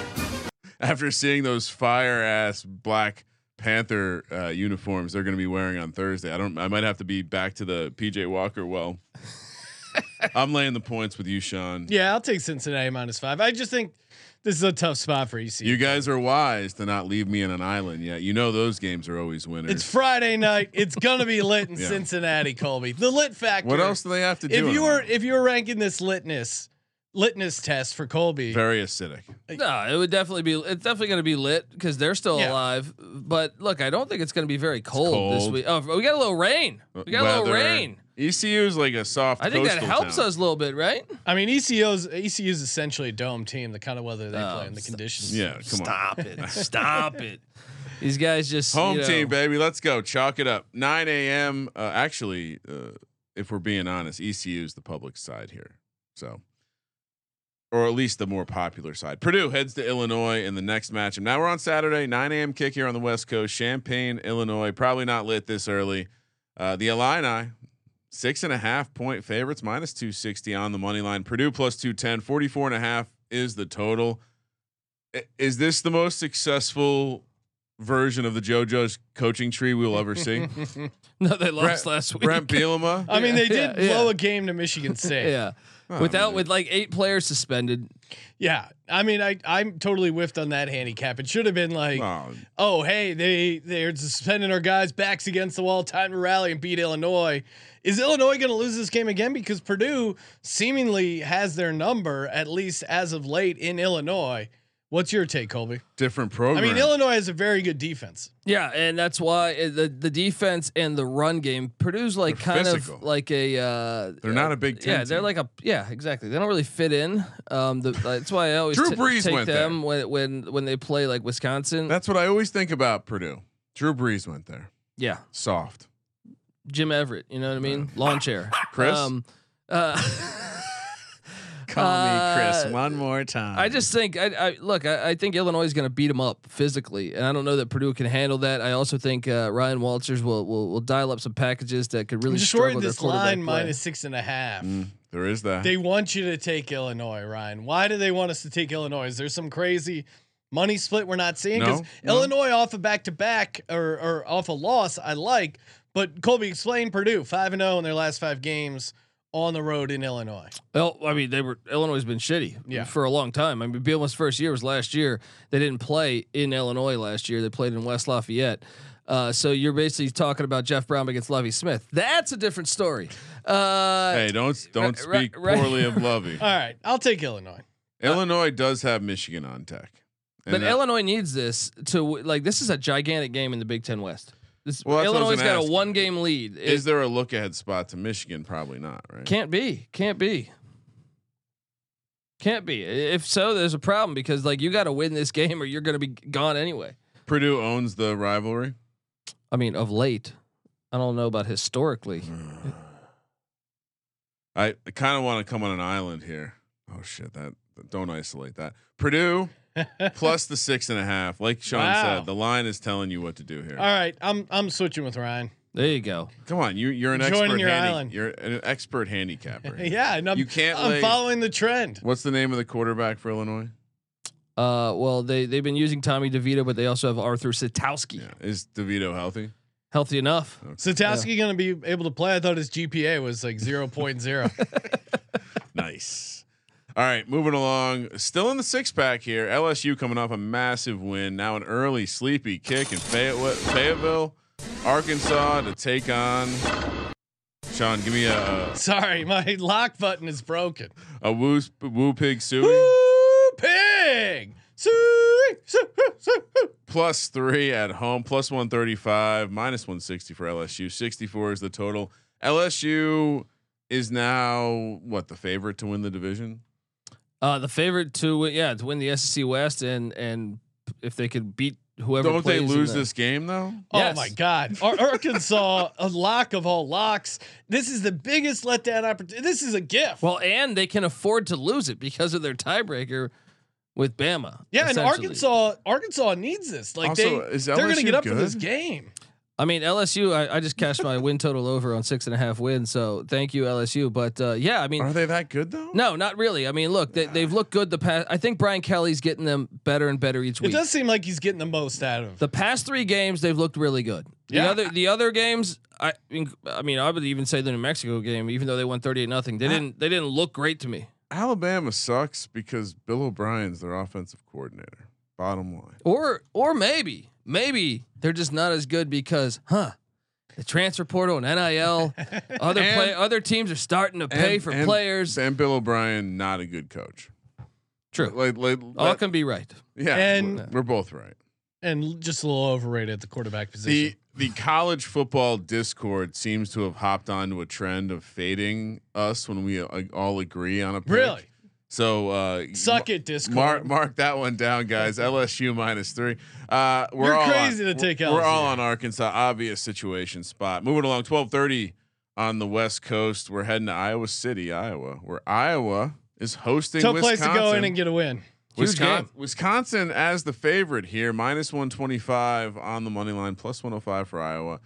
Speaker 7: after seeing those fire ass black panther uh, uniforms they're going to be wearing on Thursday, I don't. I might have to be back to the PJ Walker. Well, I'm laying the points with you, Sean.
Speaker 1: Yeah, I'll take Cincinnati minus five. I just think this is a tough spot for E EC.
Speaker 7: You guys are wise to not leave me in an island yet. You know those games are always winners.
Speaker 1: it's Friday night. It's gonna be lit in
Speaker 7: Yeah.
Speaker 1: Cincinnati, Colby. The lit factor.
Speaker 7: what else do they have to do?
Speaker 1: If
Speaker 7: in
Speaker 1: you
Speaker 7: a
Speaker 1: were
Speaker 7: month?
Speaker 1: if you were ranking this litness litness test for Colby,
Speaker 7: very acidic,
Speaker 8: No, it would definitely be. It's definitely going to be lit because they're still
Speaker 1: Yeah.
Speaker 8: alive. But look, I don't think it's going to be very cold, this
Speaker 7: cold.
Speaker 8: week. Oh, we got a little rain. We got a little
Speaker 7: Weather.
Speaker 8: rain.
Speaker 7: ECU is like a soft.
Speaker 8: I think that
Speaker 7: coastal
Speaker 8: helps
Speaker 7: town.
Speaker 8: us a little bit, right?
Speaker 1: I mean E ECO's ECU's essentially a dome team. The kind of weather they
Speaker 8: Oh,
Speaker 1: play and the
Speaker 8: s-
Speaker 1: conditions.
Speaker 7: Um, Yeah, come on.
Speaker 8: Stop it. Stop it. These guys just
Speaker 7: Home
Speaker 8: you know,
Speaker 7: team, baby. Let's go. Chalk it up. 9 a.m. Uh, actually, uh, if we're being honest, ECU is the public side here. So, or at least the more popular side. Purdue heads to Illinois in the next matchup. Now we're on Saturday, 9 a.m. kick here on the West Coast. Champaign, Illinois. Probably not lit this early. Uh, the Illini, six and a half point favorites, minus 260 on the money line. Purdue plus 210. 44 and a half is the total. I- Is this the most successful version of the JoJo's coaching tree we'll ever see.
Speaker 8: No, they lost last week. Oh,
Speaker 7: Brent Bielema.
Speaker 1: I mean, they
Speaker 8: Yeah,
Speaker 1: did
Speaker 8: yeah,
Speaker 1: blow
Speaker 8: yeah.
Speaker 1: a game to Michigan State.
Speaker 8: yeah.
Speaker 7: Oh,
Speaker 8: Without
Speaker 7: man.
Speaker 8: with like eight players suspended.
Speaker 1: Yeah, I mean, I I'm totally whiffed on that handicap. It should have been like, oh,
Speaker 7: Oh,
Speaker 1: hey, they they're suspending our guys' backs against the wall, time to rally and beat Illinois. Is Illinois going to lose this game again? Because Purdue seemingly has their number, at least as of late in Illinois. What's your take, Colby?
Speaker 7: different program.
Speaker 1: I mean, Illinois has a very good defense.
Speaker 8: Yeah, and that's why uh, the the defense and the run game Purdue's like
Speaker 7: They're
Speaker 8: kind
Speaker 7: physical.
Speaker 8: of like a uh,
Speaker 7: They're not a Big Ten
Speaker 8: Yeah, they're
Speaker 7: team.
Speaker 8: like a yeah, exactly. They don't really fit in. Um, the, that's why I always
Speaker 7: Drew
Speaker 8: ta-
Speaker 7: Brees
Speaker 8: take
Speaker 7: went
Speaker 8: them when when when they play like Wisconsin.
Speaker 7: that's what I always think about Purdue. Drew Brees went there.
Speaker 8: yeah,
Speaker 7: Soft.
Speaker 8: Jim Everett. You know what I mean? Lawn chair.
Speaker 7: Chris?
Speaker 8: uh,
Speaker 9: Call me
Speaker 8: Uh,
Speaker 9: Chris one more time.
Speaker 8: I just think I, I look. I, I think Illinois is going to beat them up physically, and I don't know that Purdue can handle that. I also think uh, Ryan Walters will, will will dial up some packages that could
Speaker 1: I'm
Speaker 8: really
Speaker 1: just
Speaker 8: struggle
Speaker 1: worried
Speaker 8: their
Speaker 1: this
Speaker 8: quarterback
Speaker 1: line
Speaker 8: play.
Speaker 1: minus six and a half.
Speaker 7: Mm, There is that.
Speaker 1: They want you to take Illinois, Ryan. Why do they want us to take Illinois? Is there some crazy money split we're not seeing? Because
Speaker 7: No, no.
Speaker 1: Illinois off a back to back or or off a loss, I like. But Colby, explain Purdue five and zero in their last five games on the road in Illinois.
Speaker 8: Well, I mean, they were Illinois has been shitty
Speaker 1: Yeah.
Speaker 8: for a long time. I mean, Bielema's first year was last year. They didn't play in Illinois last year. They played in West Lafayette. Uh, so you're basically talking about Jeff Brown against Lovey Smith. That's a different story. Uh,
Speaker 7: hey, don't don't
Speaker 8: Right, right,
Speaker 7: speak
Speaker 8: right. Uh,
Speaker 7: poorly of Lovey.
Speaker 1: All right, I'll take Illinois.
Speaker 7: Illinois does have Michigan on tech. And
Speaker 8: But
Speaker 7: that-
Speaker 8: Illinois needs this to w- like. This is a gigantic game in the Big Ten West. This,
Speaker 7: Well, that's what I was
Speaker 8: Illinois has
Speaker 7: gonna
Speaker 8: got a
Speaker 7: ask.
Speaker 8: one game lead. It
Speaker 7: is there a look ahead spot to Michigan? Probably not, right?
Speaker 8: can't be. Can't be. Can't be. I- If so, there's a problem because like you got to win this game or you're going to be gone anyway.
Speaker 7: Purdue owns the rivalry.
Speaker 8: I mean, of late, I don't know about historically.
Speaker 7: I kind of want to come on an island here. Oh shit! That don't isolate that. Purdue plus the six and a half. Like Sean
Speaker 1: Wow.
Speaker 7: said, the line is telling you what to do here.
Speaker 1: All right, I'm I'm switching with Ryan.
Speaker 8: There you go.
Speaker 7: Come on, you you're an
Speaker 1: Join
Speaker 7: expert.
Speaker 1: your
Speaker 7: handi-
Speaker 1: island.
Speaker 7: You're an expert handicapper. here.
Speaker 1: Yeah, and I'm,
Speaker 7: You can't
Speaker 1: I'm
Speaker 7: lay-
Speaker 1: following the trend.
Speaker 7: What's the name of the quarterback for Illinois?
Speaker 8: Uh, well, they they've been using Tommy DeVito, but they also have Arthur Sitowski.
Speaker 7: Is DeVito healthy?
Speaker 8: Healthy enough.
Speaker 1: Satowski going to be able to play? I thought his GPA was like 0.0.
Speaker 7: Nice. All right, moving along. Still in the six pack here. LSU coming off a massive win. Now an early sleepy kick in Fayette- Fayetteville. Arkansas to take on. Sean, give me a
Speaker 1: Sorry, my lock button is broken.
Speaker 7: a woo woo pig suey
Speaker 1: Pig. Suey, suey, suey.
Speaker 7: plus three at home plus one thirty five minus one sixty for LSU. Sixty four is the total. LSU is now what the favorite to win the division.
Speaker 8: Uh, the favorite to win, yeah to win the SEC West and and if they could beat whoever.
Speaker 7: Don't they
Speaker 8: plays in
Speaker 7: lose
Speaker 8: the-
Speaker 7: this game though?
Speaker 1: Oh
Speaker 8: Yes.
Speaker 1: my God! Ar- Arkansas, a lock of all locks. This is the biggest letdown opportunity. This is a gift.
Speaker 8: Well, and they can afford to lose it because of their tiebreaker with Bama.
Speaker 1: yeah, and
Speaker 8: essentially.
Speaker 1: Arkansas, Arkansas needs this. Like
Speaker 7: Also,
Speaker 1: they,
Speaker 7: is
Speaker 1: they're going to
Speaker 7: LSU
Speaker 1: get up for this
Speaker 7: good?
Speaker 1: game.
Speaker 8: I mean LSU. I, I just cashed my win total over on six and a half wins. So thank you LSU. But uh, yeah, I mean
Speaker 7: Are they that good though?
Speaker 8: No, not really. I mean, look, they, they've looked good the past. I think Brian Kelly's getting them better and better each
Speaker 1: It
Speaker 8: week.
Speaker 1: does seem like he's getting the most out of.
Speaker 8: The past three games, they've looked really good. The
Speaker 1: Yeah.
Speaker 8: other the other games, I mean, I mean, I would even say the New Mexico game, even though they won thirty eight nothing,
Speaker 1: Uh-huh.
Speaker 8: they didn't they didn't look great to me.
Speaker 7: Alabama sucks because Bill O'Brien's their offensive coordinator. Bottom line.
Speaker 8: Or or maybe maybe they're just not as good because huh. The transfer portal and NIL, other play, other teams are starting to pay for players.
Speaker 7: And Bill O'Brien, not a good coach.
Speaker 8: True,
Speaker 7: Like, like
Speaker 8: all
Speaker 7: that-
Speaker 8: can be right.
Speaker 7: yeah,
Speaker 1: And-
Speaker 7: we're both right.
Speaker 1: and just a little overrated at the quarterback
Speaker 7: The
Speaker 1: position.
Speaker 7: the college football discord seems to have hopped onto a trend of fading us when we uh, all agree on a pick.
Speaker 1: really,
Speaker 7: So uh,
Speaker 1: suck it, Discord.
Speaker 7: Mark mark that one down, guys. LSU minus three. Uh, we're
Speaker 1: You're
Speaker 7: all on-
Speaker 1: crazy to take
Speaker 7: We're, we're all
Speaker 1: LSU.
Speaker 7: on Arkansas. Obvious situation spot. Moving along. Twelve thirty on the West Coast. We're heading to Iowa City, Iowa, where Iowa is hosting.
Speaker 1: Tough place
Speaker 7: Wisconsin.
Speaker 1: to go in and get a win.
Speaker 7: Wisconsin,
Speaker 8: game.
Speaker 7: Wisconsin as the favorite here, minus 125 on the money line, plus 105 for Iowa.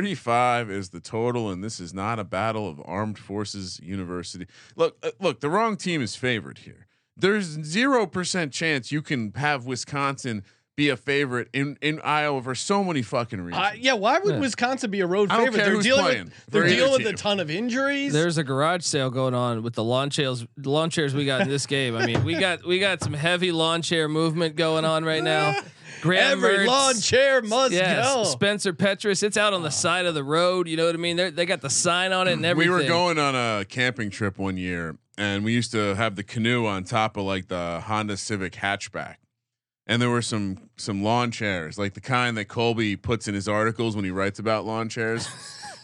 Speaker 7: 35 is the total, and this is not a battle of armed forces university. Look, uh, look, the wrong team is favored here. There's 0% chance you can have Wisconsin be a favorite in, in Iowa for so many fucking reasons.
Speaker 1: Uh, yeah, why would
Speaker 8: Yeah.
Speaker 1: Wisconsin be a road
Speaker 7: I don't
Speaker 1: favorite?
Speaker 7: care
Speaker 1: They're
Speaker 7: who's
Speaker 1: dealing
Speaker 7: playing
Speaker 1: with they're
Speaker 7: for either
Speaker 1: dealing with a
Speaker 7: team.
Speaker 1: ton of injuries.
Speaker 8: There's a garage sale going on with the lawn chairs. Lawn chairs we got in this game. I mean, we got we got some heavy lawn chair movement going on right now. Graham
Speaker 1: Every
Speaker 8: Mertz,
Speaker 1: lawn chair must
Speaker 8: yes,
Speaker 1: go.
Speaker 8: Spencer Petrus. It's out on the side of the road. You know what I mean? They're, they got the sign on it and
Speaker 7: we
Speaker 8: everything.
Speaker 7: were going on a camping trip one year and we used to have the canoe on top of like the honda civic hatchback and there were some some lawn chairs like the kind that colby puts in his articles when he writes about lawn chairs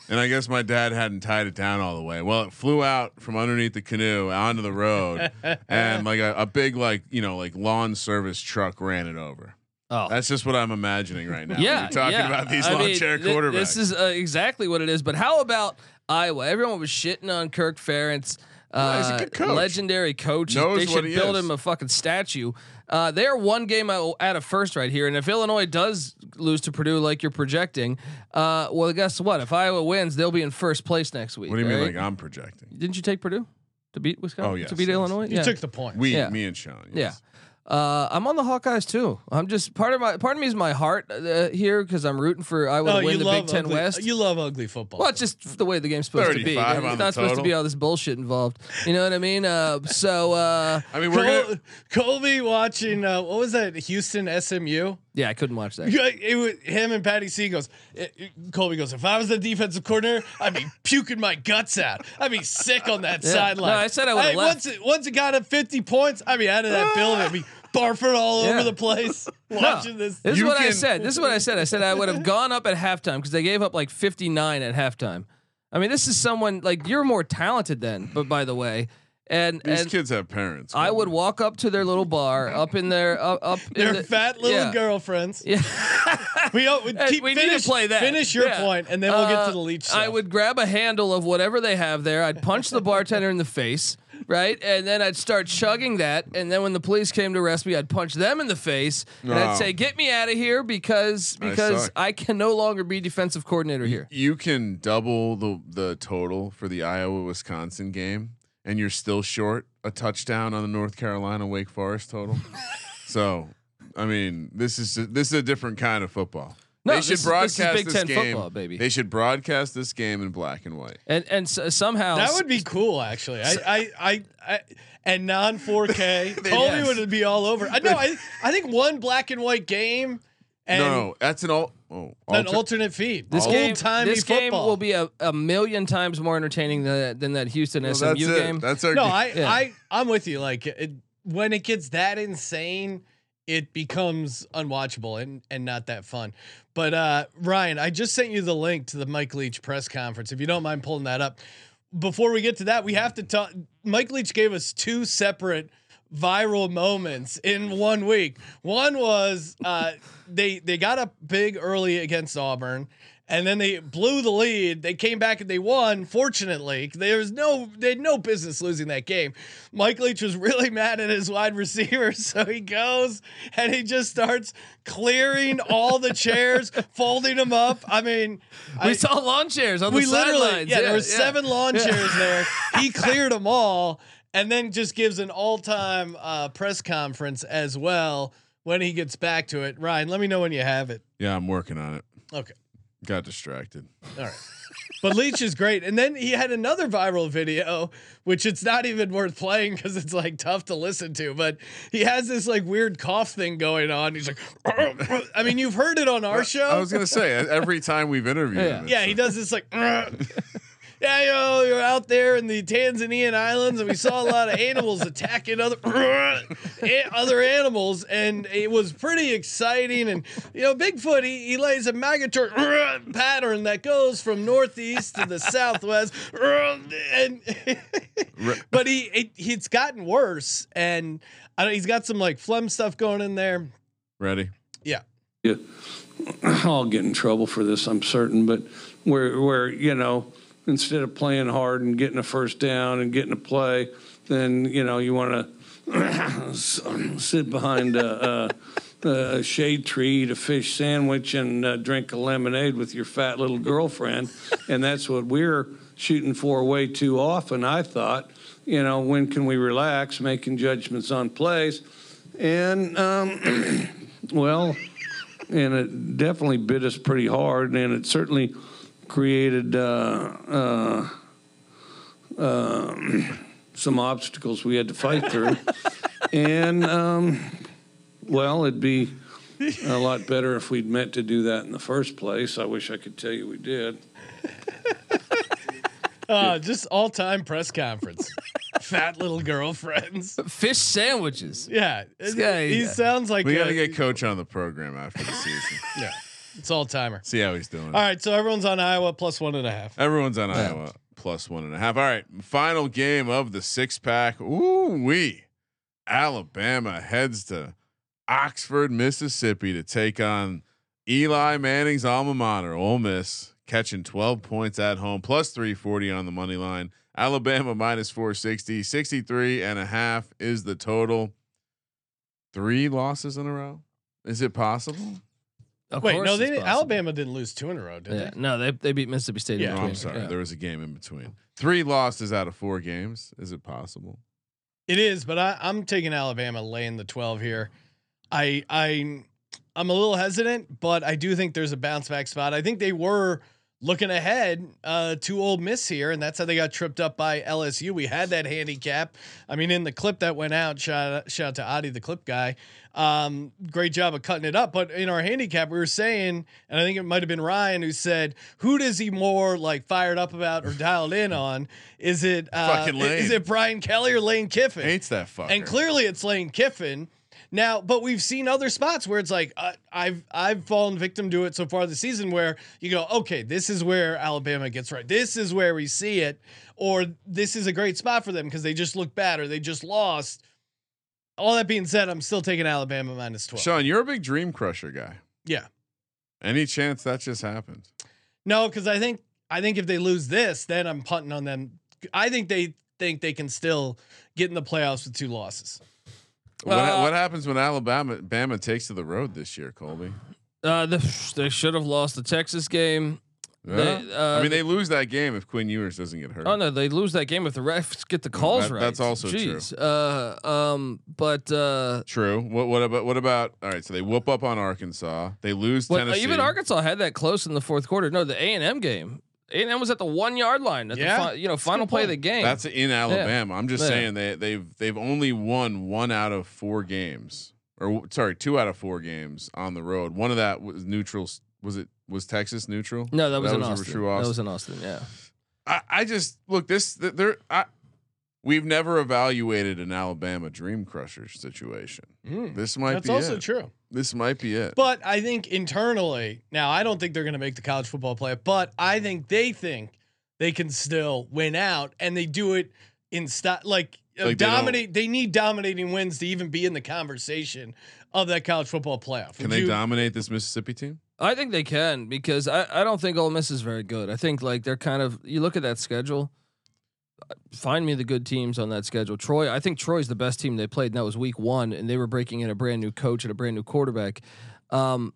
Speaker 7: and i guess my dad hadn't tied it down all the way well it flew out from underneath the canoe onto the road and like a, a big like you know like lawn service truck ran it over
Speaker 8: Oh.
Speaker 7: that's just what i'm imagining right now when
Speaker 8: yeah,
Speaker 7: you're talking
Speaker 8: yeah.
Speaker 7: about these
Speaker 8: I
Speaker 7: lawn
Speaker 8: mean,
Speaker 7: chair
Speaker 8: thi-
Speaker 7: quarterbacks
Speaker 8: This is uh, exactly what it is. But how about Iowa? Everyone was shitting on Kirk Ferentz. Uh,
Speaker 7: he's a good coach.
Speaker 8: Legendary coach.
Speaker 7: Knows
Speaker 8: they
Speaker 7: what
Speaker 8: should
Speaker 7: he
Speaker 8: build
Speaker 7: is.
Speaker 8: him a fucking statue. Uh, they are one game out, out of first right here, and if Illinois does lose to Purdue like you're projecting, uh, well, guess what? If Iowa wins, they'll be in first place next week.
Speaker 7: what do you mean
Speaker 8: right?
Speaker 7: like i'm projecting
Speaker 8: Didn't you take Purdue to beat Wisconsin?
Speaker 7: Oh, yes,
Speaker 8: to beat
Speaker 7: yes.
Speaker 8: Illinois.
Speaker 1: you took the point.
Speaker 7: we
Speaker 8: Yeah.
Speaker 7: me and sean
Speaker 8: Yeah.
Speaker 7: yes.
Speaker 8: Uh, I'm on the Hawkeyes too. I'm just part of my part of me is my heart uh, here because I'm rooting for Iowa
Speaker 1: oh,
Speaker 8: to
Speaker 1: you
Speaker 8: win the
Speaker 1: love
Speaker 8: Big Ten
Speaker 1: ugly,
Speaker 8: West.
Speaker 1: You love ugly football.
Speaker 8: well, it's just the way the game's supposed to be. It's
Speaker 7: 35 on
Speaker 8: not
Speaker 7: the
Speaker 8: supposed to
Speaker 7: total.
Speaker 8: be all this bullshit involved. You know what I mean? Uh, so uh,
Speaker 7: I mean, we're
Speaker 1: Col-
Speaker 7: gonna,
Speaker 1: Colby watching uh, what was that? Houston SMU.
Speaker 8: yeah, I couldn't watch that.
Speaker 1: Yeah, It was him and Patty C goes. it- it- Colby goes. If I was the defensive coordinator, I'd be puking my guts out. I'd be sick on that
Speaker 8: Yeah.
Speaker 1: sideline.
Speaker 8: No, I said I would've
Speaker 1: Hey,
Speaker 8: left.
Speaker 1: Once it, once it got up fifty points, I'd be out of that building. I'd be barfing all
Speaker 8: Yeah.
Speaker 1: over the place watching this.
Speaker 8: This is
Speaker 7: You
Speaker 8: what I
Speaker 7: can-
Speaker 8: said. This is what I said. I said I would have gone up at halftime because they gave up like 59 at halftime. I mean, this is someone like you're more talented than. But by the way, and
Speaker 7: these
Speaker 8: and
Speaker 7: kids have parents.
Speaker 8: I would walk up to their little bar up in their up, up in
Speaker 1: They're
Speaker 8: the-
Speaker 1: fat little
Speaker 8: yeah.
Speaker 1: girlfriends.
Speaker 8: Yeah.
Speaker 1: We, all- we
Speaker 8: Hey,
Speaker 1: keep
Speaker 8: Uh, we
Speaker 1: finish,
Speaker 8: need to play that.
Speaker 1: Finish your
Speaker 8: Yeah.
Speaker 1: point, and then we'll get
Speaker 8: Uh,
Speaker 1: to the leech.
Speaker 8: I
Speaker 1: stuff.
Speaker 8: would grab a handle of whatever they have there. I'd punch the bartender in the face, right? And then I'd start chugging that. And then when the police came to arrest me, I'd punch them in the face and
Speaker 7: Oh.
Speaker 8: I'd say, "Get me out of here because
Speaker 7: I
Speaker 8: because
Speaker 7: suck.
Speaker 8: I, can no longer be defensive coordinator here."
Speaker 7: You can double the the total for the Iowa Wisconsin game, and you're still short a touchdown on the North Carolina Wake Forest total. so, I mean, this is this is a different kind of football.
Speaker 8: No,
Speaker 7: they should
Speaker 8: this is- this is
Speaker 7: broadcast
Speaker 8: Big
Speaker 7: this
Speaker 8: Ten
Speaker 7: game.
Speaker 8: football, baby.
Speaker 7: They should broadcast this game in black and white.
Speaker 8: And and s- somehow
Speaker 1: That would be cool, actually. I, I, I, I and non 4K. Colby
Speaker 8: Yes.
Speaker 1: Uh, would be all over. I know. I, I think one black and white game. And
Speaker 7: no, no, that's an all. oh,
Speaker 1: An
Speaker 7: alter-
Speaker 1: alternate feed.
Speaker 8: This game,
Speaker 1: timey
Speaker 8: this game
Speaker 1: football.
Speaker 8: will be a, a million times more entertaining than, than that Houston
Speaker 7: Well,
Speaker 8: SMU
Speaker 7: that's it.
Speaker 8: game.
Speaker 7: That's our
Speaker 1: no,
Speaker 7: game.
Speaker 1: I,
Speaker 8: Yeah.
Speaker 1: I, I'm with you. Like it, when it gets that insane, it becomes unwatchable and and not that fun. But uh, Ryan, I just sent you the link to the Mike Leach press conference. If you don't mind pulling that up, before we get to that, we have to talk. Mike Leach gave us two separate viral moments in one week. One was uh, they they got up big early against Auburn, and then they blew the lead. They came back and they won. Fortunately, there was no they had no business losing that game. Mike Leach was really mad at his wide receiver, so he goes and he just starts clearing all the chairs, folding them up. I mean,
Speaker 8: we
Speaker 1: I-
Speaker 8: saw lawn chairs on
Speaker 1: we
Speaker 8: the
Speaker 1: literally,
Speaker 8: sidelines.
Speaker 1: yeah, there were seven lawn chairs there. He cleared them all, and then just gives an all-time uh, press conference as well when he gets back to it. Ryan, let me know when you have it.
Speaker 7: yeah, I'm working on it.
Speaker 1: Okay,
Speaker 7: Got distracted.
Speaker 1: all right. But Leach is great, and then he had another viral video, which it's not even worth playing because it's like tough to listen to. But he has this like weird cough thing going on. He's like, I mean, you've heard it on our show.
Speaker 7: I was gonna say e-, every time we've interviewed.
Speaker 8: Yeah.
Speaker 7: him, it's
Speaker 1: Yeah,
Speaker 7: a-
Speaker 1: he does this like. "Ugh." Yeah, you know, you're out there in the Tanzanian islands, and we saw a lot of animals attacking other "Ugh," a- other animals, and it was pretty exciting. And you know, Bigfoot he, he lays a migratory "Ugh" pattern that goes from northeast to the southwest, "Ugh," and
Speaker 7: Re-
Speaker 1: but he it, it's gotten worse, and I don't, he's got some like phlegm stuff going in there.
Speaker 7: Ready?
Speaker 1: Yeah,
Speaker 11: I'll get in trouble for this, I'm certain, but where where you know instead of playing hard and getting a first down and getting a play, then you know you want to sit behind a, a, a shade tree, eat a fish sandwich, and uh, drink a lemonade with your fat little girlfriend, and that's what we're shooting for way too often. I thought, you know, when can we relax, making judgments on plays, and um, well and it definitely bit us pretty hard, and it certainly created uh, uh, um some obstacles we had to fight through. and um, well, it'd be a lot better if we'd meant to do that in the first place. I wish I could tell you we did.
Speaker 1: uh, just all time press conference, fat little girlfriends.
Speaker 8: Fish sandwiches.
Speaker 1: Yeah,
Speaker 8: guy-
Speaker 1: he sounds like
Speaker 7: We
Speaker 1: a-
Speaker 7: got to get coach on the program after the season.
Speaker 1: yeah, it's all timer.
Speaker 7: See how he's doing.
Speaker 1: All right, so everyone's on Iowa plus one and a half.
Speaker 7: Everyone's on Iowa plus one and a half. All right, final game of the six pack. Ooh wee! Alabama heads to Oxford, Mississippi to take on Eli Manning's alma mater, Ole Miss, catching 12 points at home, plus 340 on the money line. Alabama minus 460, 63 and a half is the total. Three losses in a row. Is it possible?
Speaker 8: Of
Speaker 1: Wait,
Speaker 8: course
Speaker 1: no,
Speaker 8: it's
Speaker 1: they didn't,
Speaker 8: possible.
Speaker 1: Alabama didn't lose two in a row, did
Speaker 8: Yeah, no, they they beat Mississippi State.
Speaker 1: Yeah.
Speaker 8: in
Speaker 7: Oh,
Speaker 8: between.
Speaker 7: I'm sorry.
Speaker 8: Yeah.
Speaker 7: There was a game in between. Three losses out of four games. Is it possible?
Speaker 1: they? It is, but I, I'm taking Alabama laying the twelve here. I I I'm a little hesitant, but I do think there's a bounce back spot. I think they were looking ahead uh, to Ole Miss here, and that's how they got tripped up by LSU. We had that handicap. I mean, in the clip that went out, shout shout out to Adi, the clip guy. Um, great job of cutting it up. But in our handicap, we were saying, and I think it might have been Ryan who said, "Who does he more like fired up about or dialed in on? Is it uh,
Speaker 7: Fucking Lane.
Speaker 1: is it Brian Kelly or Lane Kiffin?"
Speaker 7: Hates that fucker.
Speaker 1: And clearly, it's Lane Kiffin. Now, but we've seen other spots where it's like uh, I've I've fallen victim to it so far this season, where you go, okay, this is where Alabama gets right. This is where we see it, or this is a great spot for them because they just look bad or they just lost. All that being said, I'm still taking Alabama minus twelve.
Speaker 7: Sean, you're a big dream crusher guy.
Speaker 1: Yeah,
Speaker 7: Any chance that just happened?
Speaker 1: no, because I think I think if they lose this, then I'm punting on them. I think they think they can still get in the playoffs with two losses.
Speaker 7: What, ha-
Speaker 8: Uh,
Speaker 7: what happens when Alabama Bama takes to the road this year, Colby?
Speaker 8: Uh, the, they should have lost the Texas game. They, uh,
Speaker 7: I mean, they lose that game if Quinn Ewers doesn't get hurt.
Speaker 8: Oh no, they lose that game if the refs get the calls
Speaker 7: that-
Speaker 8: right.
Speaker 7: that's also true.
Speaker 8: Jeez. Uh, um, but uh,
Speaker 7: True. What, what about what about? All right, so they whoop up on Arkansas. They lose
Speaker 8: but
Speaker 7: Tennessee.
Speaker 8: uh, even Arkansas had that close in the fourth quarter. No, the A and M game. A and M was at the one yard line. At
Speaker 1: Yeah.
Speaker 8: the fi- you know final
Speaker 1: good
Speaker 8: play of
Speaker 1: point.
Speaker 8: the game.
Speaker 7: That's in Alabama. I'm just
Speaker 8: Yeah.
Speaker 7: saying they they've they've only won one out of four games, or w- sorry, two out of four games on the road. One of that was neutrals was it was Texas neutral?
Speaker 8: No, that was in
Speaker 7: a
Speaker 8: Austin.
Speaker 7: True
Speaker 8: That
Speaker 7: Austin.
Speaker 8: was in Austin. Yeah.
Speaker 7: I, I just look this th- there. I we've never evaluated an Alabama Dream Crusher situation.
Speaker 8: Hmm.
Speaker 7: This might
Speaker 1: That's
Speaker 7: be
Speaker 1: also
Speaker 7: it.
Speaker 1: true.
Speaker 7: This might be it.
Speaker 1: But I think internally, now I don't think they're going to make the college football playoff, but I think they think they can still win out and they do it in style like, uh
Speaker 7: Like they don't-
Speaker 1: dominate they, need dominating wins to even be in the conversation of that college football playoff.
Speaker 7: Can
Speaker 1: Would
Speaker 7: they
Speaker 1: you-
Speaker 7: dominate this Mississippi team?
Speaker 8: I think they can because I, I don't think Ole Miss is very good. I think like they're kind of you look at that schedule. uh, Find me the good teams on that schedule. Troy, I think Troy's the best team they played, and that was week one, and they were breaking in a brand new coach and a brand new quarterback. Um,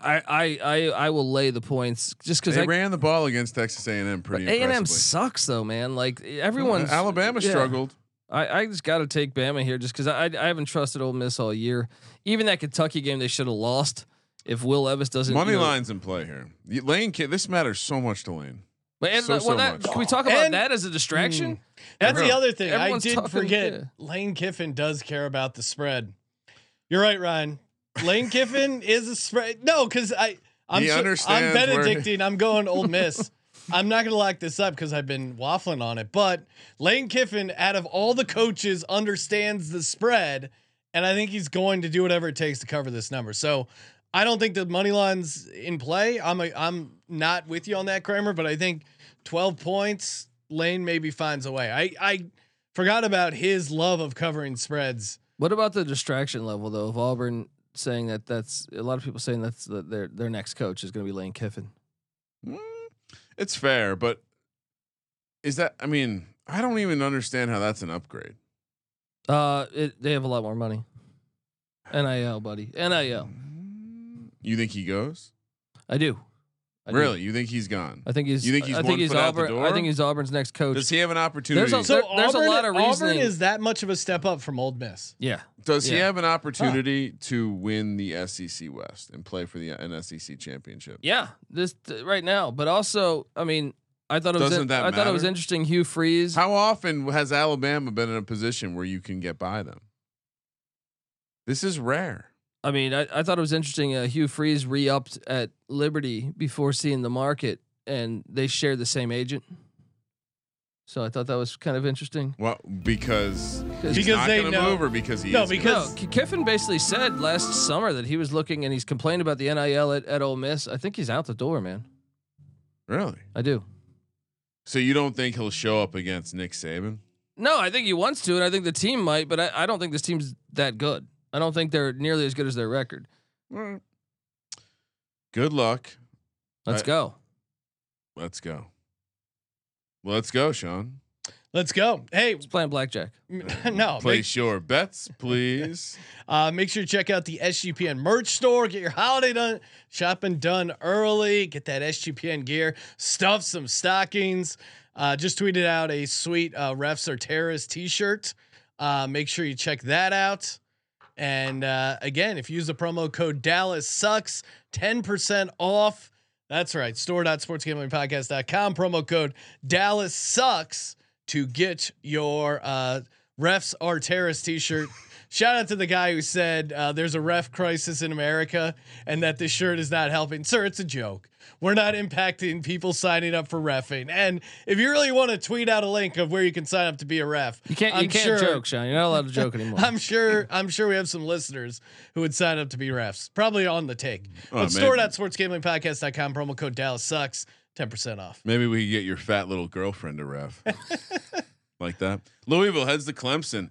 Speaker 8: I I I, I will lay the points just because
Speaker 7: they
Speaker 8: I
Speaker 7: ran the ball against Texas A&M pretty
Speaker 8: A and M
Speaker 7: impressively.
Speaker 8: sucks though, man. Like everyone's
Speaker 7: Alabama
Speaker 8: yeah.
Speaker 7: struggled.
Speaker 8: I, I just got to take Bama here just because I, I I haven't trusted Ole Miss all year. Even that Kentucky game they should have lost if Will Levis doesn't
Speaker 7: Money
Speaker 8: you know-
Speaker 7: lines in play here. Y- Lane, can, this matters so much to Lane.
Speaker 8: But and
Speaker 7: So,
Speaker 8: well,
Speaker 7: so
Speaker 8: that,
Speaker 7: much.
Speaker 8: can we talk about
Speaker 1: And-
Speaker 8: that as a distraction?
Speaker 1: That's the
Speaker 8: Everyone-
Speaker 1: other thing. I
Speaker 8: everyone's
Speaker 1: did
Speaker 8: talking-
Speaker 1: forget
Speaker 8: yeah.
Speaker 1: Lane Kiffin does care about the spread. You're right, Ryan. Lane Kiffin is a spread. No, because I I'm,
Speaker 7: He
Speaker 1: so- I'm
Speaker 7: understands where-
Speaker 1: Benedictine. I'm going Old Miss. I'm not gonna lock this up because I've been waffling on it. But Lane Kiffin, out of all the coaches, understands the spread, and I think he's going to do whatever it takes to cover this number. So I don't think the money line's in play. I'm a, I'm not with you on that, Kramer, but I think 12 points, Lane maybe finds a way. I I forgot about his love of covering spreads.
Speaker 8: What about the distraction level though of Auburn saying that that's a lot of people saying that's the, their their next coach is going to be Lane Kiffin.
Speaker 7: Hmm, It's fair, but is that? I mean, I don't even understand how that's an upgrade.
Speaker 8: Uh, it, they have a lot more money. NIL, buddy. NIL.
Speaker 7: Hmm, You think he goes?
Speaker 8: I do. I do.
Speaker 7: really? You think he's gone?
Speaker 8: I think he's.
Speaker 7: You think he's
Speaker 8: I
Speaker 7: one
Speaker 8: think he's
Speaker 7: foot out the
Speaker 8: Auburn. I
Speaker 7: door?
Speaker 8: think he's Auburn's next coach.
Speaker 7: Does he have an opportunity?
Speaker 8: There's a,
Speaker 1: So
Speaker 8: there- there's
Speaker 1: Auburn,
Speaker 8: a lot of
Speaker 1: Auburn
Speaker 8: reasoning.
Speaker 1: is that much of a step up from Old Miss.
Speaker 8: yeah.
Speaker 7: Does he
Speaker 8: Yeah.
Speaker 7: have an opportunity to win the SEC West and play for the an SEC championship?
Speaker 8: Yeah, this th- right now, but also, I mean, I thought it was.
Speaker 7: Doesn't that
Speaker 8: I thought it was
Speaker 7: matter?
Speaker 8: interesting. Hugh Freeze.
Speaker 7: How often has Alabama been in a position where you can get by them? This is rare.
Speaker 8: I mean, I, I thought it was interesting. Uh, Hugh Freeze re upped at Liberty before seeing the market, and they share the same agent. So I thought that was kind of interesting.
Speaker 7: Well, because he's
Speaker 1: Because
Speaker 7: not
Speaker 1: they
Speaker 7: going to
Speaker 1: know-
Speaker 7: move, or because he
Speaker 1: No,
Speaker 7: is gonna-
Speaker 1: because-
Speaker 8: No, K- Kiffin basically said last summer that he was looking and he's complained about the NIL at, at Ole Miss. I think he's out the door, man.
Speaker 7: really.
Speaker 8: I do.
Speaker 7: So you don't think he'll show up against Nick Saban?
Speaker 8: No, I think he wants to, and I think the team might, but I, I don't think this team's that good. I don't think they're nearly as good as their record.
Speaker 7: Good luck.
Speaker 8: Let's
Speaker 7: I-
Speaker 8: go.
Speaker 7: Let's go. Let's go, Sean.
Speaker 1: Let's go. Hey,
Speaker 8: He's playing blackjack.
Speaker 1: no, Oh, make-
Speaker 7: Place your bets, please.
Speaker 1: Uh, make sure to check out the SGPN merch store. Get your holiday done shopping done early. Get that SGPN gear. Stuff some stockings. Uh, just tweeted out a sweet uh, refs or terrorists T-shirt. Uh, make sure you check that out. And uh, again, if you use the promo code Dallas sucks, ten percent off. That's right. Store.sportsgamblingpodcast.com. Promo code Dallas sucks to get your uh, refs are terrorists T-shirt. Shout out to the guy who said uh, there's a ref crisis in America and that this shirt is not helping. Sir, it's a joke. We're not impacting people signing up for refing. And if you really want to tweet out a link of where you can sign up to be a ref,
Speaker 8: You can't. You
Speaker 1: I'm
Speaker 8: can't
Speaker 1: sure-
Speaker 8: joke, Sean. You're not allowed to joke anymore.
Speaker 1: I'm sure. I'm sure we have some listeners who would sign up to be refs, probably on the take.
Speaker 7: Oh,
Speaker 1: but
Speaker 7: maybe.
Speaker 1: store.sportsgamblingpodcast.com promo code Dallas sucks, ten percent off.
Speaker 7: Maybe we could get your fat little girlfriend to ref. like that. Louisville heads to Clemson.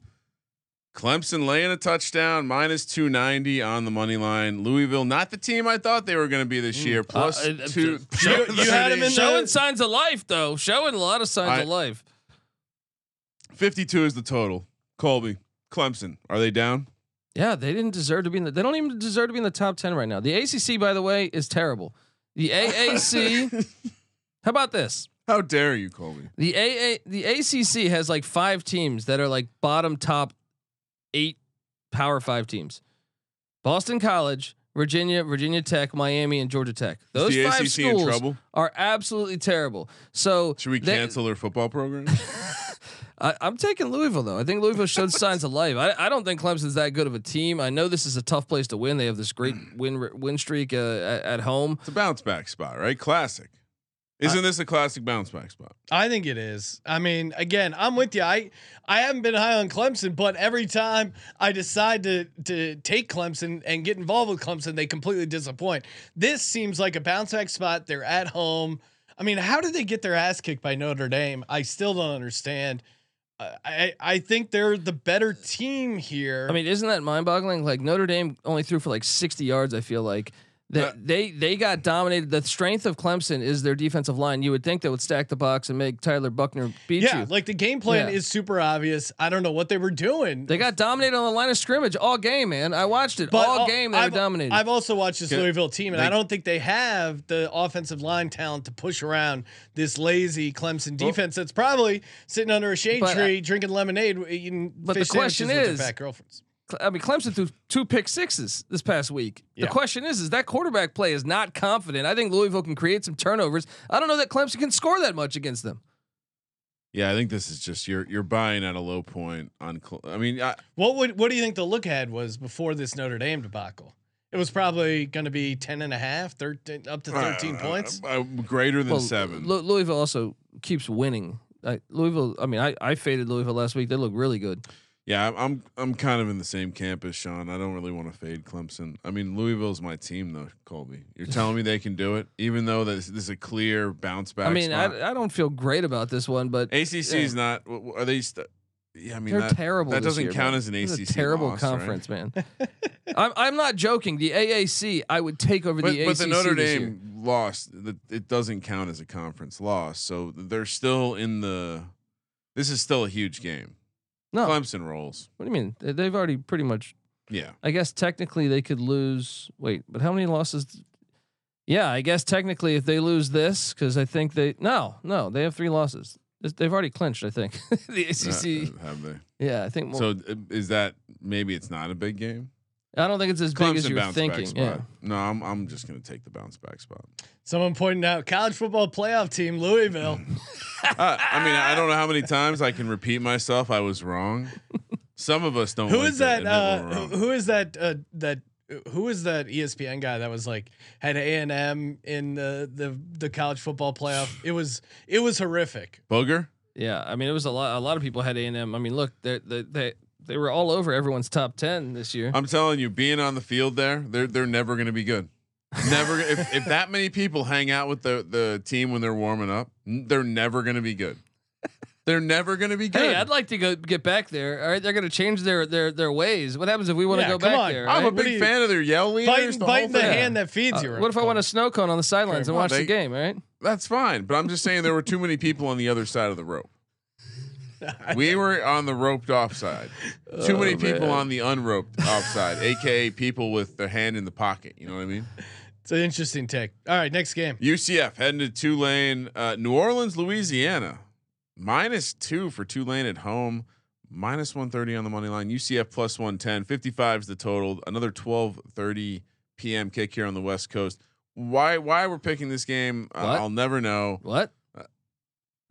Speaker 7: Clemson laying a touchdown, minus 290 on the money line. Louisville, not the team I thought they were going to be
Speaker 1: Mm,
Speaker 7: this year. Plus
Speaker 8: Uh, uh,
Speaker 7: two.
Speaker 1: You, you had him in
Speaker 8: showing
Speaker 1: the.
Speaker 8: signs of life, though. Showing a lot of signs
Speaker 7: I-
Speaker 8: of life.
Speaker 7: 52 is the total. Colby, Clemson, are they down?
Speaker 8: Yeah, they didn't deserve to be in the. They don't even deserve to be in the top ten right now. The ACC, by the way, is terrible. The AAC. how about this?
Speaker 7: How dare you, Colby?
Speaker 8: The AA, the ACC has like five teams that are like bottom top eight power five teams. Boston College, Virginia, Virginia Tech, Miami, and Georgia Tech. Those
Speaker 7: the
Speaker 8: five
Speaker 7: ACC in
Speaker 8: schools
Speaker 7: trouble?
Speaker 8: are absolutely terrible. So
Speaker 7: Should we
Speaker 8: they-
Speaker 7: cancel their football program?
Speaker 8: I, I'm taking Louisville though. I think Louisville showed signs of life. I, I don't think Clemson's that good of a team. I know this is a tough place to win. They have this great
Speaker 1: Mm.
Speaker 8: win win streak uh, at, at home.
Speaker 7: It's a bounce back spot, right? Classic. Isn't this a classic bounce back spot?
Speaker 1: I think it is. I mean, again, I'm with you. I I haven't been high on Clemson, but every time I decide to to take Clemson and get involved with Clemson, they completely disappoint. This seems like a bounce back spot. They're at home. I mean, how did they get their ass kicked by Notre Dame? I still don't understand. I I, I think they're the better team here.
Speaker 8: I mean, isn't that mind boggling? Like Notre Dame only threw for like 60 yards. I feel like that they they got dominated. The strength of Clemson is their defensive line. You would think they would stack the box and make Tyler Buckner beat
Speaker 1: yeah,
Speaker 8: you.
Speaker 1: like the game plan
Speaker 8: Yeah.
Speaker 1: is super obvious. I don't know what they were doing.
Speaker 8: they got dominated on the line of scrimmage all game, man. I watched it all
Speaker 1: al-
Speaker 8: game. They
Speaker 1: I've,
Speaker 8: were dominated.
Speaker 1: I've also watched this
Speaker 8: Good.
Speaker 1: Louisville team, and
Speaker 8: They-
Speaker 1: I don't think they have the offensive line talent to push around this lazy Clemson
Speaker 8: Well-
Speaker 1: defense that's probably sitting under a shade
Speaker 8: But I-
Speaker 1: tree, drinking lemonade, eating
Speaker 8: But the
Speaker 1: fish
Speaker 8: question
Speaker 1: sandwiches with
Speaker 8: is-
Speaker 1: their fat girlfriends.
Speaker 8: Cle- I mean, Clemson threw two pick sixes this past week.
Speaker 1: Yeah.
Speaker 8: The question is, is that quarterback play is not confident. I think Louisville can create some turnovers. I don't know that Clemson can score that much against them.
Speaker 7: Yeah, I think this is just you're you're buying at a low point on. Cle- I mean, I,
Speaker 1: What would what do you think the look ahead was before this Notre Dame debacle? It was probably going to be 10 and a half, 13, up to 13
Speaker 7: uh,
Speaker 1: points.
Speaker 7: uh, greater than seven.
Speaker 8: Lou- Louisville also keeps winning. I, Louisville. I mean, I, I faded Louisville last week. They look really good.
Speaker 7: Yeah, I'm- I'm I'm kind of in the same camp as Sean. I don't really want to fade Clemson. I mean, Louisville's my team though, Colby. You're telling me they can do it, even though this, this is a clear bounce back.
Speaker 8: I mean,
Speaker 7: spot.
Speaker 8: I, I don't feel great about this one, but
Speaker 7: ACC is not. w- w- Are they? St- yeah, I mean
Speaker 8: they're
Speaker 7: that,
Speaker 8: terrible.
Speaker 7: That
Speaker 8: this
Speaker 7: doesn't
Speaker 8: year,
Speaker 7: count
Speaker 8: man.
Speaker 7: as an
Speaker 8: This is
Speaker 7: ACC.
Speaker 8: a terrible
Speaker 7: loss, right?
Speaker 8: conference, man. I'm I'm not joking. The AAC, I would take over
Speaker 7: But,
Speaker 8: the
Speaker 7: but
Speaker 8: ACC
Speaker 7: the Notre
Speaker 8: this year.
Speaker 7: Dame loss. th- It doesn't count as a conference loss. So they're still in the. This is still a huge game.
Speaker 8: No.
Speaker 7: Clemson rolls.
Speaker 8: What do you mean? They- They've already pretty much.
Speaker 7: Yeah.
Speaker 8: I guess technically they could lose. Wait, but how many losses? Yeah, I guess technically if they lose this, because I think they no, no, they have three losses. This- They've already clinched. I think the ACC.
Speaker 7: Uh, have they?
Speaker 8: Yeah, I think. More,
Speaker 7: So uh, is that maybe it's not a big game?
Speaker 8: I don't think it's as big as
Speaker 7: Clemson
Speaker 8: you were
Speaker 7: bounce back
Speaker 8: thinking. Yeah.
Speaker 7: spot. No, I'm I'm just gonna take the bounce back spot.
Speaker 1: Someone pointed out college football playoff team, Louisville.
Speaker 7: Uh, I mean, I don't know how many times I can repeat myself. I was wrong. Some of us don't.
Speaker 1: Who
Speaker 7: like
Speaker 1: is
Speaker 7: to
Speaker 1: that?
Speaker 7: admit
Speaker 1: Uh,
Speaker 7: we're wrong.
Speaker 1: who who is that? Uh, that who is that E ESPN guy that was like had A and M in the, the the college football playoff? It was it was horrific.
Speaker 7: Booger.
Speaker 8: Yeah, I mean it was a lot. A lot of people had A and M. I mean, look, they they they they were all over everyone's top ten this year.
Speaker 7: I'm telling you, being on the field there, they're they're never going to be good. Never. if, if that many people hang out with the the team when they're warming up, n- they're never going to be good. They're never going to be good.
Speaker 8: Hey, I'd like to go get back there. All right, they're going to change their their their ways. What happens if we want to
Speaker 1: Yeah,
Speaker 8: go
Speaker 1: come
Speaker 8: back
Speaker 1: on.
Speaker 8: there?
Speaker 7: I'm a
Speaker 8: right?
Speaker 1: what
Speaker 7: big
Speaker 1: do you-
Speaker 7: fan of their yell leaders.
Speaker 1: Biting,
Speaker 7: the
Speaker 1: biting
Speaker 7: whole
Speaker 1: the
Speaker 7: thing.
Speaker 1: hand that feeds you.
Speaker 8: Uh, what if I want a snow cone on the sidelines and
Speaker 7: well,
Speaker 8: watch
Speaker 7: they-
Speaker 8: the game? All right.
Speaker 7: That's fine, but I'm just saying there were too many people on the other side of the rope. We were on the roped off side. Too many people on the unroped off side, aka people with their hand in the pocket. You know what I mean?
Speaker 1: It's an interesting take. All right, next game.
Speaker 7: UCF heading to Tulane, uh, New Orleans, Louisiana, minus two for Tulane at home, minus 130 on the money line. UCF plus 110, 55 is the total. Another 12:30 p.m. kick here on the West Coast. Why? Why we're picking this game? Uh,
Speaker 8: What?
Speaker 7: I'll never know.
Speaker 8: What?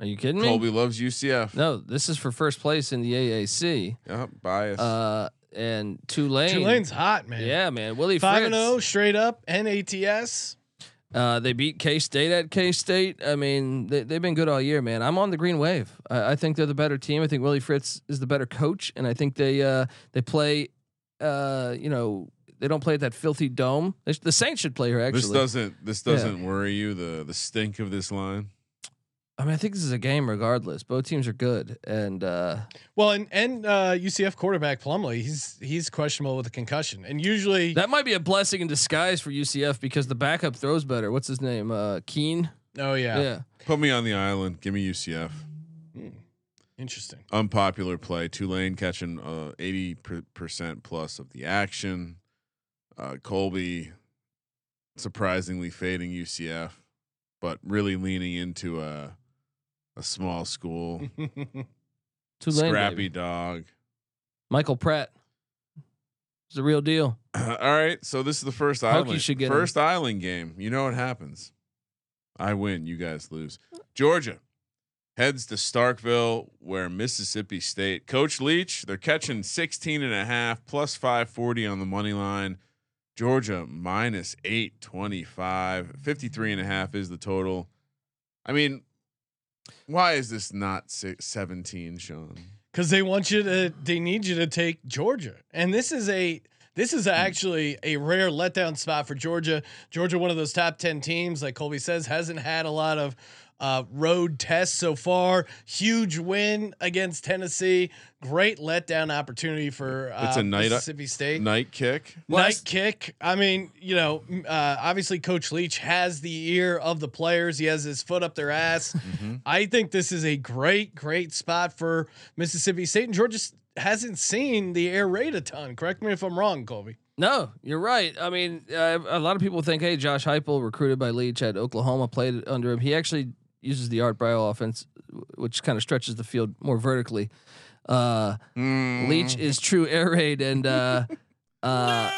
Speaker 8: Are you kidding me?
Speaker 7: Uh, Colby loves UCF.
Speaker 8: No, this is for first place in the AAC.
Speaker 7: Yep, bias.
Speaker 8: Uh, and Tulane.
Speaker 1: Tulane's hot, man.
Speaker 8: Yeah, man. Willie
Speaker 1: Five
Speaker 8: Fritz.
Speaker 1: and oh. zero straight up and ATS.
Speaker 8: Uh, they beat K State at K State. I mean, they, they've been good all year, man. I'm on the green wave. I, I think they're the better team. I think Willie Fritz is the better coach, and I think they uh, they play. Uh, you know, they don't play at that filthy dome. They sh- the Saints should play here. Actually,
Speaker 7: this doesn't. This
Speaker 8: Yeah.
Speaker 7: doesn't worry you. The the stink of this line.
Speaker 8: I mean, I think this is a game regardless. Both teams are good, and uh,
Speaker 1: Well, and and uh, UCF quarterback Plumlee, he's he's questionable with a concussion, and usually
Speaker 8: that might be a blessing in disguise for UCF because the backup throws better. What's his name? Uh, Keen.
Speaker 1: oh yeah,
Speaker 8: yeah.
Speaker 7: Put me on the island. Give me UCF.
Speaker 1: interesting.
Speaker 7: unpopular play. Tulane catching uh, eighty percent plus of the action. Uh, Colby surprisingly fading UCF, but really leaning into a a small school,
Speaker 8: Tulane.
Speaker 7: scrappy
Speaker 8: baby.
Speaker 7: dog.
Speaker 8: Michael Pratt. It's the real deal.
Speaker 7: All right, so this is the first
Speaker 8: Hokie
Speaker 7: island
Speaker 8: should get
Speaker 7: first island game. You know what happens? I win, you guys lose. Georgia heads to Starkville, where Mississippi State coach Leach, they're catching 16 and a half plus 540 on the money line. Georgia minus 825, 53 and a half is the total. I mean, why is this not six, 17, Sean?
Speaker 1: because they want you to they need you to take Georgia. And this is a this
Speaker 7: Hmm.
Speaker 1: is actually a rare letdown spot for Georgia. Georgia, one of those top ten teams, like Colby says, hasn't had a lot of uh, road tests so far. Huge win against Tennessee. Great letdown opportunity for uh,
Speaker 7: It's a night
Speaker 1: Mississippi State
Speaker 7: night kick.
Speaker 1: night kick. I mean, you know, m- uh, obviously Coach Leach has the ear of the players. He has his foot up their ass. I think this is a great, great spot for Mississippi State, and Georgia s- hasn't seen the air raid a ton. Correct me if I'm wrong, Colby.
Speaker 8: No, you're right. I mean, uh, a lot of people think, hey, Josh Heupel, recruited by Leach at Oklahoma, played under him. He actually uses the Art Brill offense, w- which kind of stretches the field more vertically. Uh, Leach is true air raid, and uh, uh,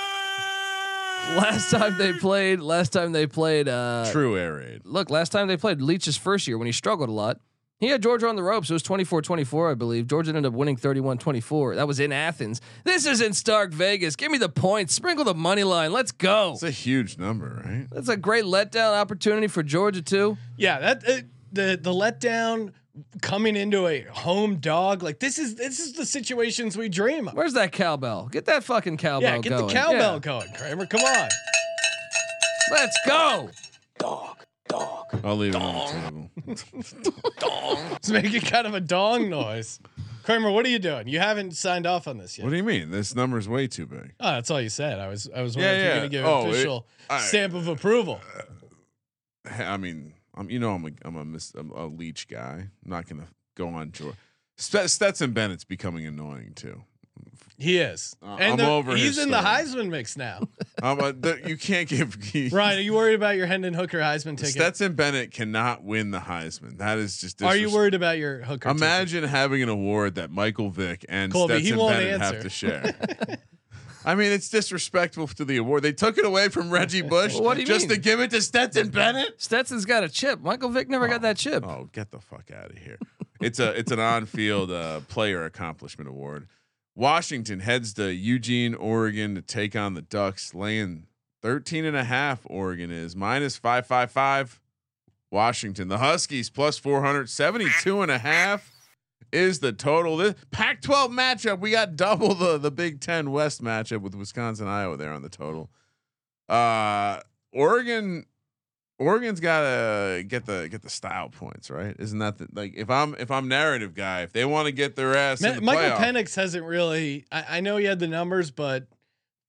Speaker 8: last time they played, last time they played, uh,
Speaker 7: True air raid.
Speaker 8: Look, last time they played Leach's first year when he struggled a lot, he had Georgia on the ropes. It was 24 24, I believe. Georgia ended up winning 31 24. That was in Athens. This is in Stark, Vegas. Give me the points. Sprinkle the money line. Let's go.
Speaker 7: It's a huge number, right?
Speaker 8: That's a great letdown opportunity for Georgia, too.
Speaker 1: Yeah, that uh, the the letdown coming into a home dog like this is this is the situations we dream of.
Speaker 8: Where's that cowbell? Get that fucking cowbell
Speaker 1: Yeah, get
Speaker 8: going.
Speaker 1: the cowbell
Speaker 8: Yeah.
Speaker 1: going, Kramer. Come on.
Speaker 8: Let's go.
Speaker 7: I'll leave it on the table.
Speaker 1: It's making kind of a dong noise. Kramer, what are you doing? You haven't signed off on this yet.
Speaker 7: What do you mean? This number's way too big.
Speaker 1: Oh, that's all you said. I was I was
Speaker 7: Yeah,
Speaker 1: wondering
Speaker 7: yeah.
Speaker 1: if you're gonna give
Speaker 7: Oh,
Speaker 1: an
Speaker 7: it-
Speaker 1: official
Speaker 7: I-
Speaker 1: stamp of approval.
Speaker 7: Hey, I mean, I'm you know I'm a I'm a, mis, I'm a leech guy. I'm not gonna go on George. St- Stetson Bennett's becoming annoying too.
Speaker 1: He is.
Speaker 7: Uh,
Speaker 1: and
Speaker 7: I'm
Speaker 1: the-
Speaker 7: over
Speaker 1: he's
Speaker 7: his
Speaker 1: in the
Speaker 7: story.
Speaker 1: Heisman mix now.
Speaker 7: Um, uh, the, you can't give
Speaker 1: Ryan, are you worried about your Hendon Hooker Heisman ticket?
Speaker 7: Stetson Bennett cannot win the Heisman. That is just.
Speaker 1: are you
Speaker 7: disres-
Speaker 1: worried about your Hooker? ticket?
Speaker 7: Imagine having an award that Michael Vick and
Speaker 1: Colby, he
Speaker 7: Stetson
Speaker 1: won't
Speaker 7: Bennett
Speaker 1: answer.
Speaker 7: have to share. I mean, it's disrespectful to the award. They took it away from Reggie Bush
Speaker 8: What do you
Speaker 7: just to
Speaker 8: mean?
Speaker 7: give it to Stetson Bennett.
Speaker 8: Stetson's got a chip. Michael Vick never got that chip.
Speaker 7: Oh, get the fuck out of here! It's a it's an on-field uh, player accomplishment award. Washington heads to Eugene, Oregon to take on the Ducks, laying 13 and a half. Oregon is minus 555. Washington, the Huskies plus 472 and a half is the total. This Pac-12 matchup, we got double the the Big 10 West matchup with Wisconsin, Iowa there on the total. Uh Oregon Oregon's got to get the get the style points, right? Isn't that the, like if I'm if I'm narrative guy, if they want to get their ass
Speaker 1: Ma-
Speaker 7: in the
Speaker 1: Michael
Speaker 7: playoff,
Speaker 1: Penix hasn't really. I, I know he had the numbers, but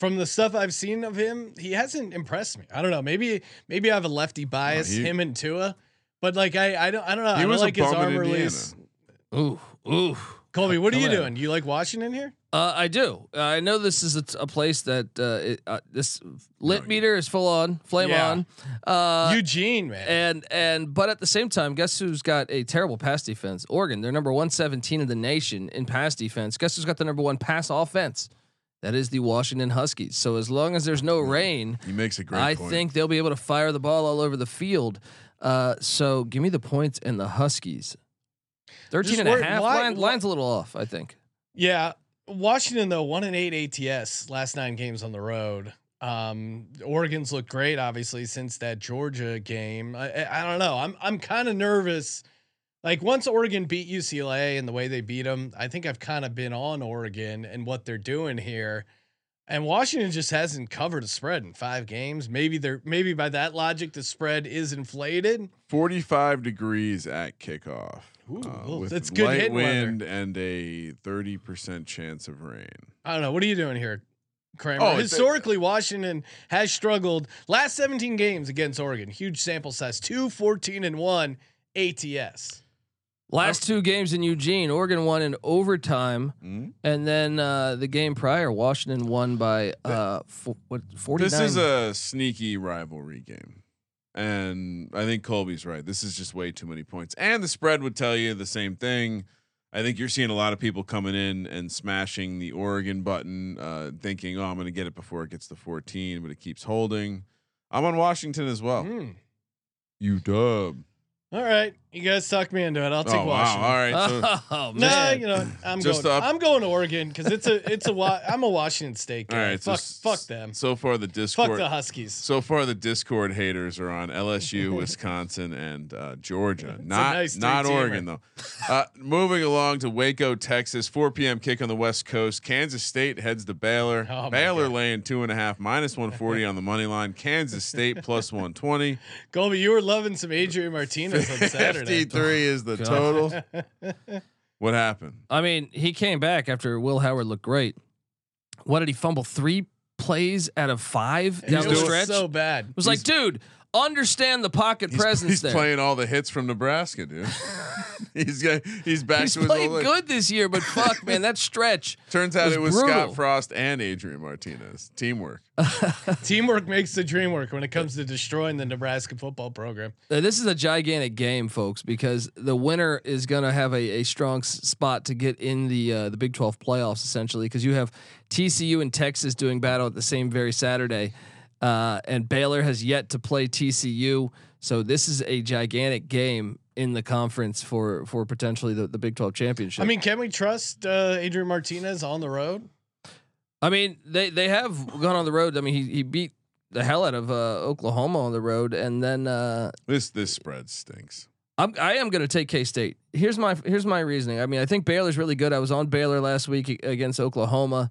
Speaker 1: from the stuff I've seen of him, he hasn't impressed me. I don't know. Maybe maybe I have a lefty bias.
Speaker 7: he-
Speaker 1: him and Tua, but like I I don't I don't know.
Speaker 7: he
Speaker 1: I
Speaker 7: was
Speaker 1: don't like
Speaker 7: a
Speaker 1: his
Speaker 7: bum in
Speaker 1: arm
Speaker 7: Indiana.
Speaker 1: release. Oh.
Speaker 8: Ooh, ooh.
Speaker 1: Colby, what are
Speaker 8: Come
Speaker 1: you
Speaker 8: at it.
Speaker 1: doing? You like Washington here?
Speaker 8: Uh, I do. Uh, I know this is a, t- a place that uh, it, uh, this lit meter is full on, flame
Speaker 1: Yeah.
Speaker 8: on. Uh,
Speaker 1: Eugene, man.
Speaker 8: and and but at the same time, guess who's got a terrible pass defense? Oregon. They're number one seventeen in the nation in pass defense. Guess who's got the number one pass offense? That is the Washington Huskies. So as long as there's no rain,
Speaker 7: He makes a great
Speaker 8: I
Speaker 7: point.
Speaker 8: think they'll be able to fire the ball all over the field. Uh, so give me the points and the Huskies. 13 and
Speaker 1: worried-
Speaker 8: a half.
Speaker 1: why-
Speaker 8: Line, line's a little off, I think.
Speaker 1: Yeah, Washington though one and eight ATS last nine games on the road. Um, Oregon's looked great, obviously, since that Georgia game. I, I I don't know. I'm I'm kind of nervous. Like once Oregon beat UCLA and the way they beat them, I think I've kind of been on Oregon and what they're doing here. And Washington just hasn't covered a spread in five games. Maybe they're maybe by that logic the spread is inflated.
Speaker 7: 45 degrees at kickoff.
Speaker 1: Ooh,
Speaker 7: uh,
Speaker 1: well,
Speaker 7: with
Speaker 1: that's good
Speaker 7: light
Speaker 1: hitting weather.
Speaker 7: wind and a 30% chance of rain.
Speaker 1: I don't know. What are you doing here, Kramer?
Speaker 7: Oh, it's-
Speaker 1: Historically, Washington has struggled last 17 games against Oregon. Huge sample size, 2 14 and 1 ATS.
Speaker 8: Last two games in Eugene, Oregon won in overtime,
Speaker 7: Mhm.
Speaker 8: and then uh, the game prior, Washington won by uh, fo- what forty nine.
Speaker 7: This is a sneaky rivalry game. And I think Colby's right. This is just way too many points. And the spread would tell you the same thing. I think you're seeing a lot of people coming in and smashing the Oregon button, uh, thinking, oh, I'm going to get it before it gets to 14, but it keeps Oh.
Speaker 1: Mm-hmm.
Speaker 7: holding. I'm on Washington as well.
Speaker 1: Mm.
Speaker 7: You dub.
Speaker 1: Hmm. All right. You guys suck me into it. I'll take
Speaker 7: Oh, wow.
Speaker 1: Washington.
Speaker 7: All right, so-
Speaker 1: oh,
Speaker 7: Oh,
Speaker 1: no,
Speaker 7: man.
Speaker 1: you know I'm
Speaker 7: Just
Speaker 1: going.
Speaker 7: up-
Speaker 1: I'm going to Oregon because it's a it's a wa- I'm a Washington State guy.
Speaker 7: All right, so
Speaker 1: fuck
Speaker 7: s-
Speaker 1: fuck them.
Speaker 7: So far, the Discord.
Speaker 1: the Huskies.
Speaker 7: So far, the Discord haters are on LSU, Wisconsin, and uh, Georgia.
Speaker 1: a
Speaker 7: Not
Speaker 1: nice
Speaker 7: not
Speaker 1: three-teamer.
Speaker 7: Oregon though. Uh, moving along to Waco, Texas. 4 p.m. kick on the West Coast. Kansas State heads to Baylor.
Speaker 1: Oh, my
Speaker 7: Baylor laying two and a half, minus 140 on the money line. Kansas State plus 120.
Speaker 1: Colby, you were loving some Adrian Martinez on Saturday.
Speaker 7: 53 is the
Speaker 8: God.
Speaker 7: total. What happened?
Speaker 8: I mean, he came back after Will Howard looked great. What did he fumble? Three plays out of five
Speaker 1: It
Speaker 8: down the
Speaker 1: was
Speaker 8: stretch.
Speaker 1: so bad.
Speaker 8: It was like, dude, understand the pocket presence
Speaker 7: He's
Speaker 8: there.
Speaker 7: playing all the hits from Nebraska, dude. he's got, he's back
Speaker 8: He's
Speaker 7: to his
Speaker 8: played
Speaker 7: old age.
Speaker 8: good this year, but fuck, man, that stretch.
Speaker 7: Turns out
Speaker 8: was
Speaker 7: it was
Speaker 8: brutal.
Speaker 7: Scott Frost and Adrian Martinez. Teamwork.
Speaker 1: Teamwork makes the dream work when it comes to destroying the Nebraska football program.
Speaker 8: Uh, This is a gigantic game, folks, because the winner is going to have a, a strong s- spot to get in the uh, the Big Twelve playoffs, essentially, because you have TCU and Texas doing battle at the same very Saturday, uh, and Baylor has yet to play TCU, so this is a gigantic game in the conference for for potentially the, the Big Twelve championship.
Speaker 1: I mean, can we trust uh, Adrian Martinez on the road?
Speaker 8: I mean, they they have gone on the road. I mean, he he beat the hell out of uh, Oklahoma on the road, and then uh,
Speaker 7: This this spread stinks.
Speaker 8: I'm I am going to take K State. Here's my here's my reasoning. I mean, I think Baylor's really good. I was on Baylor last week a- against Oklahoma,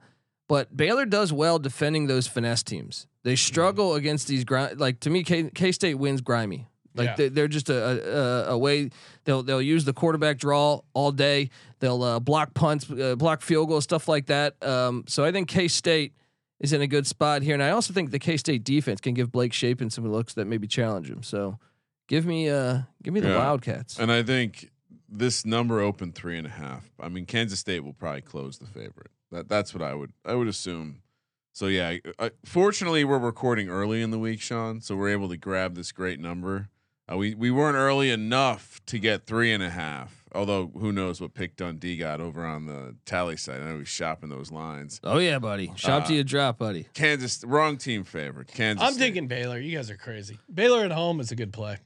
Speaker 8: but Baylor does well defending those finesse teams. They struggle against these grind. Like to me, K State wins grimy. Like
Speaker 1: Yeah.
Speaker 8: they, they're just a, a a way they'll they'll use the quarterback draw all day. They'll uh, block punts, uh, block field goals, stuff like that. Um, so I think K State is in a good spot here, and I also think the K State defense can give Blake Shapen some looks that maybe challenge him. So give me uh give me the
Speaker 7: Yeah.
Speaker 8: Wildcats.
Speaker 7: And I think this number opened three and a half. I mean, Kansas State will probably close the favorite. That that's what I would I would assume. So yeah, I, fortunately we're recording early in the week, Sean, so we're able to grab this great number. Uh, we we weren't early enough to get three and a half. Although who knows what pick Dundee got over on the tally site? I know he's shopping those lines.
Speaker 8: Oh yeah, buddy. Shop
Speaker 7: Uh,
Speaker 8: to you drop, buddy.
Speaker 7: Kansas wrong team favorite. Kansas.
Speaker 1: I'm
Speaker 7: State.
Speaker 1: taking Baylor. You guys are crazy. Baylor at home is a good play.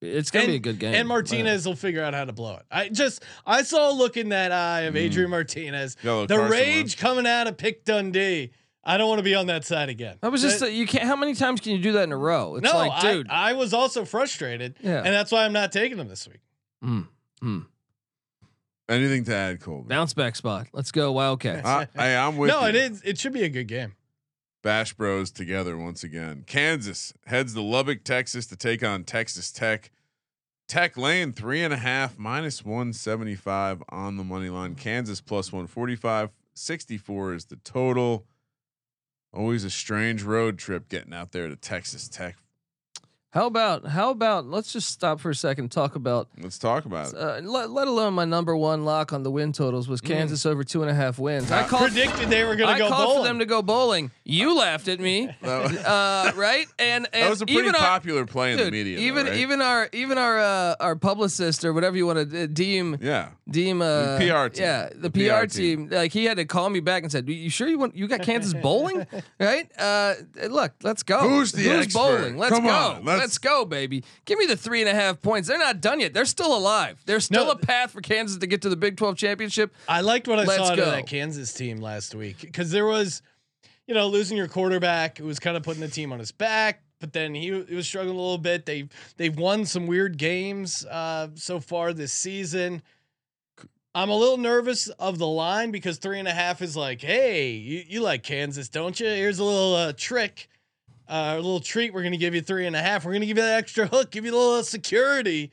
Speaker 8: It's gonna
Speaker 1: and,
Speaker 8: be a good game.
Speaker 1: And Martinez will figure out how to blow it. I just I saw a look in that eye
Speaker 8: Mm.
Speaker 1: of Adrian Martinez.
Speaker 7: Got a little
Speaker 1: The
Speaker 7: Carson
Speaker 1: rage coming out of Pick Dundee. I don't want to be on that side again.
Speaker 8: That was just
Speaker 1: That-
Speaker 8: that you can't. How many times can you do that in a row? It's
Speaker 1: no,
Speaker 8: like,
Speaker 1: I-
Speaker 8: dude.
Speaker 1: I, was also frustrated.
Speaker 8: Yeah.
Speaker 1: And that's why I'm not taking them this week.
Speaker 8: Mm, mm.
Speaker 7: Anything to add, Colby?
Speaker 8: Bounce back spot. Let's go Wildcats.
Speaker 7: I, I, I'm with
Speaker 1: no,
Speaker 7: you.
Speaker 1: it is it should be a good game.
Speaker 7: Bash Bros together once again. Kansas heads to Lubbock, Texas to take on Texas Tech. Tech lane three and a half minus 175 on the money line. Kansas plus 145. 64 is the total. Always a strange road trip getting out there to Texas Tech.
Speaker 8: how about how about let's just stop for a second and talk about
Speaker 7: Let's talk about it.
Speaker 8: uh, let, let alone my number one lock on the win totals was Kansas over two and a half wins. I
Speaker 7: Uh,
Speaker 8: called
Speaker 1: Predicted they were gonna
Speaker 8: I
Speaker 1: go
Speaker 8: called
Speaker 1: bowling.
Speaker 8: for them to go bowling. You laughed at me,
Speaker 7: That was,
Speaker 8: uh, right? And, and
Speaker 7: that was a pretty
Speaker 8: even our-
Speaker 7: popular play in the
Speaker 8: dude,
Speaker 7: media. though,
Speaker 8: Even
Speaker 7: right?
Speaker 8: even our even our uh, our publicist or whatever you want to deem
Speaker 7: yeah.
Speaker 8: deem uh,
Speaker 7: The PR team.
Speaker 8: Yeah, the,
Speaker 7: The
Speaker 8: PR,
Speaker 7: PR
Speaker 8: team.
Speaker 7: team.
Speaker 8: Like he had to call me back and said, "You sure you want you got Kansas bowling? right? Uh, look, let's go.
Speaker 7: Who's the
Speaker 8: Who's
Speaker 7: expert?
Speaker 8: bowling? Let's
Speaker 7: Come
Speaker 8: go.
Speaker 7: on,
Speaker 8: let's,
Speaker 7: let's-
Speaker 8: go, baby. Give me the three and a half points. They're not done yet. They're still alive. There's still
Speaker 1: No.
Speaker 8: a path for Kansas to get to the Big Twelve championship.
Speaker 1: I liked what I
Speaker 8: Let's
Speaker 1: saw out
Speaker 8: go.
Speaker 1: of that Kansas team last week because there was, you know, losing your quarterback. It was kind of putting the team on his back, but then he, he was struggling a little bit. They they've won some weird games uh, so far this season. I'm a little nervous of the line because three and a half is like, hey, you, you like Kansas, don't you? Here's a little uh, trick, uh, a little treat. We're gonna give you three and a half. We're gonna give you that extra hook, give you a little uh, security.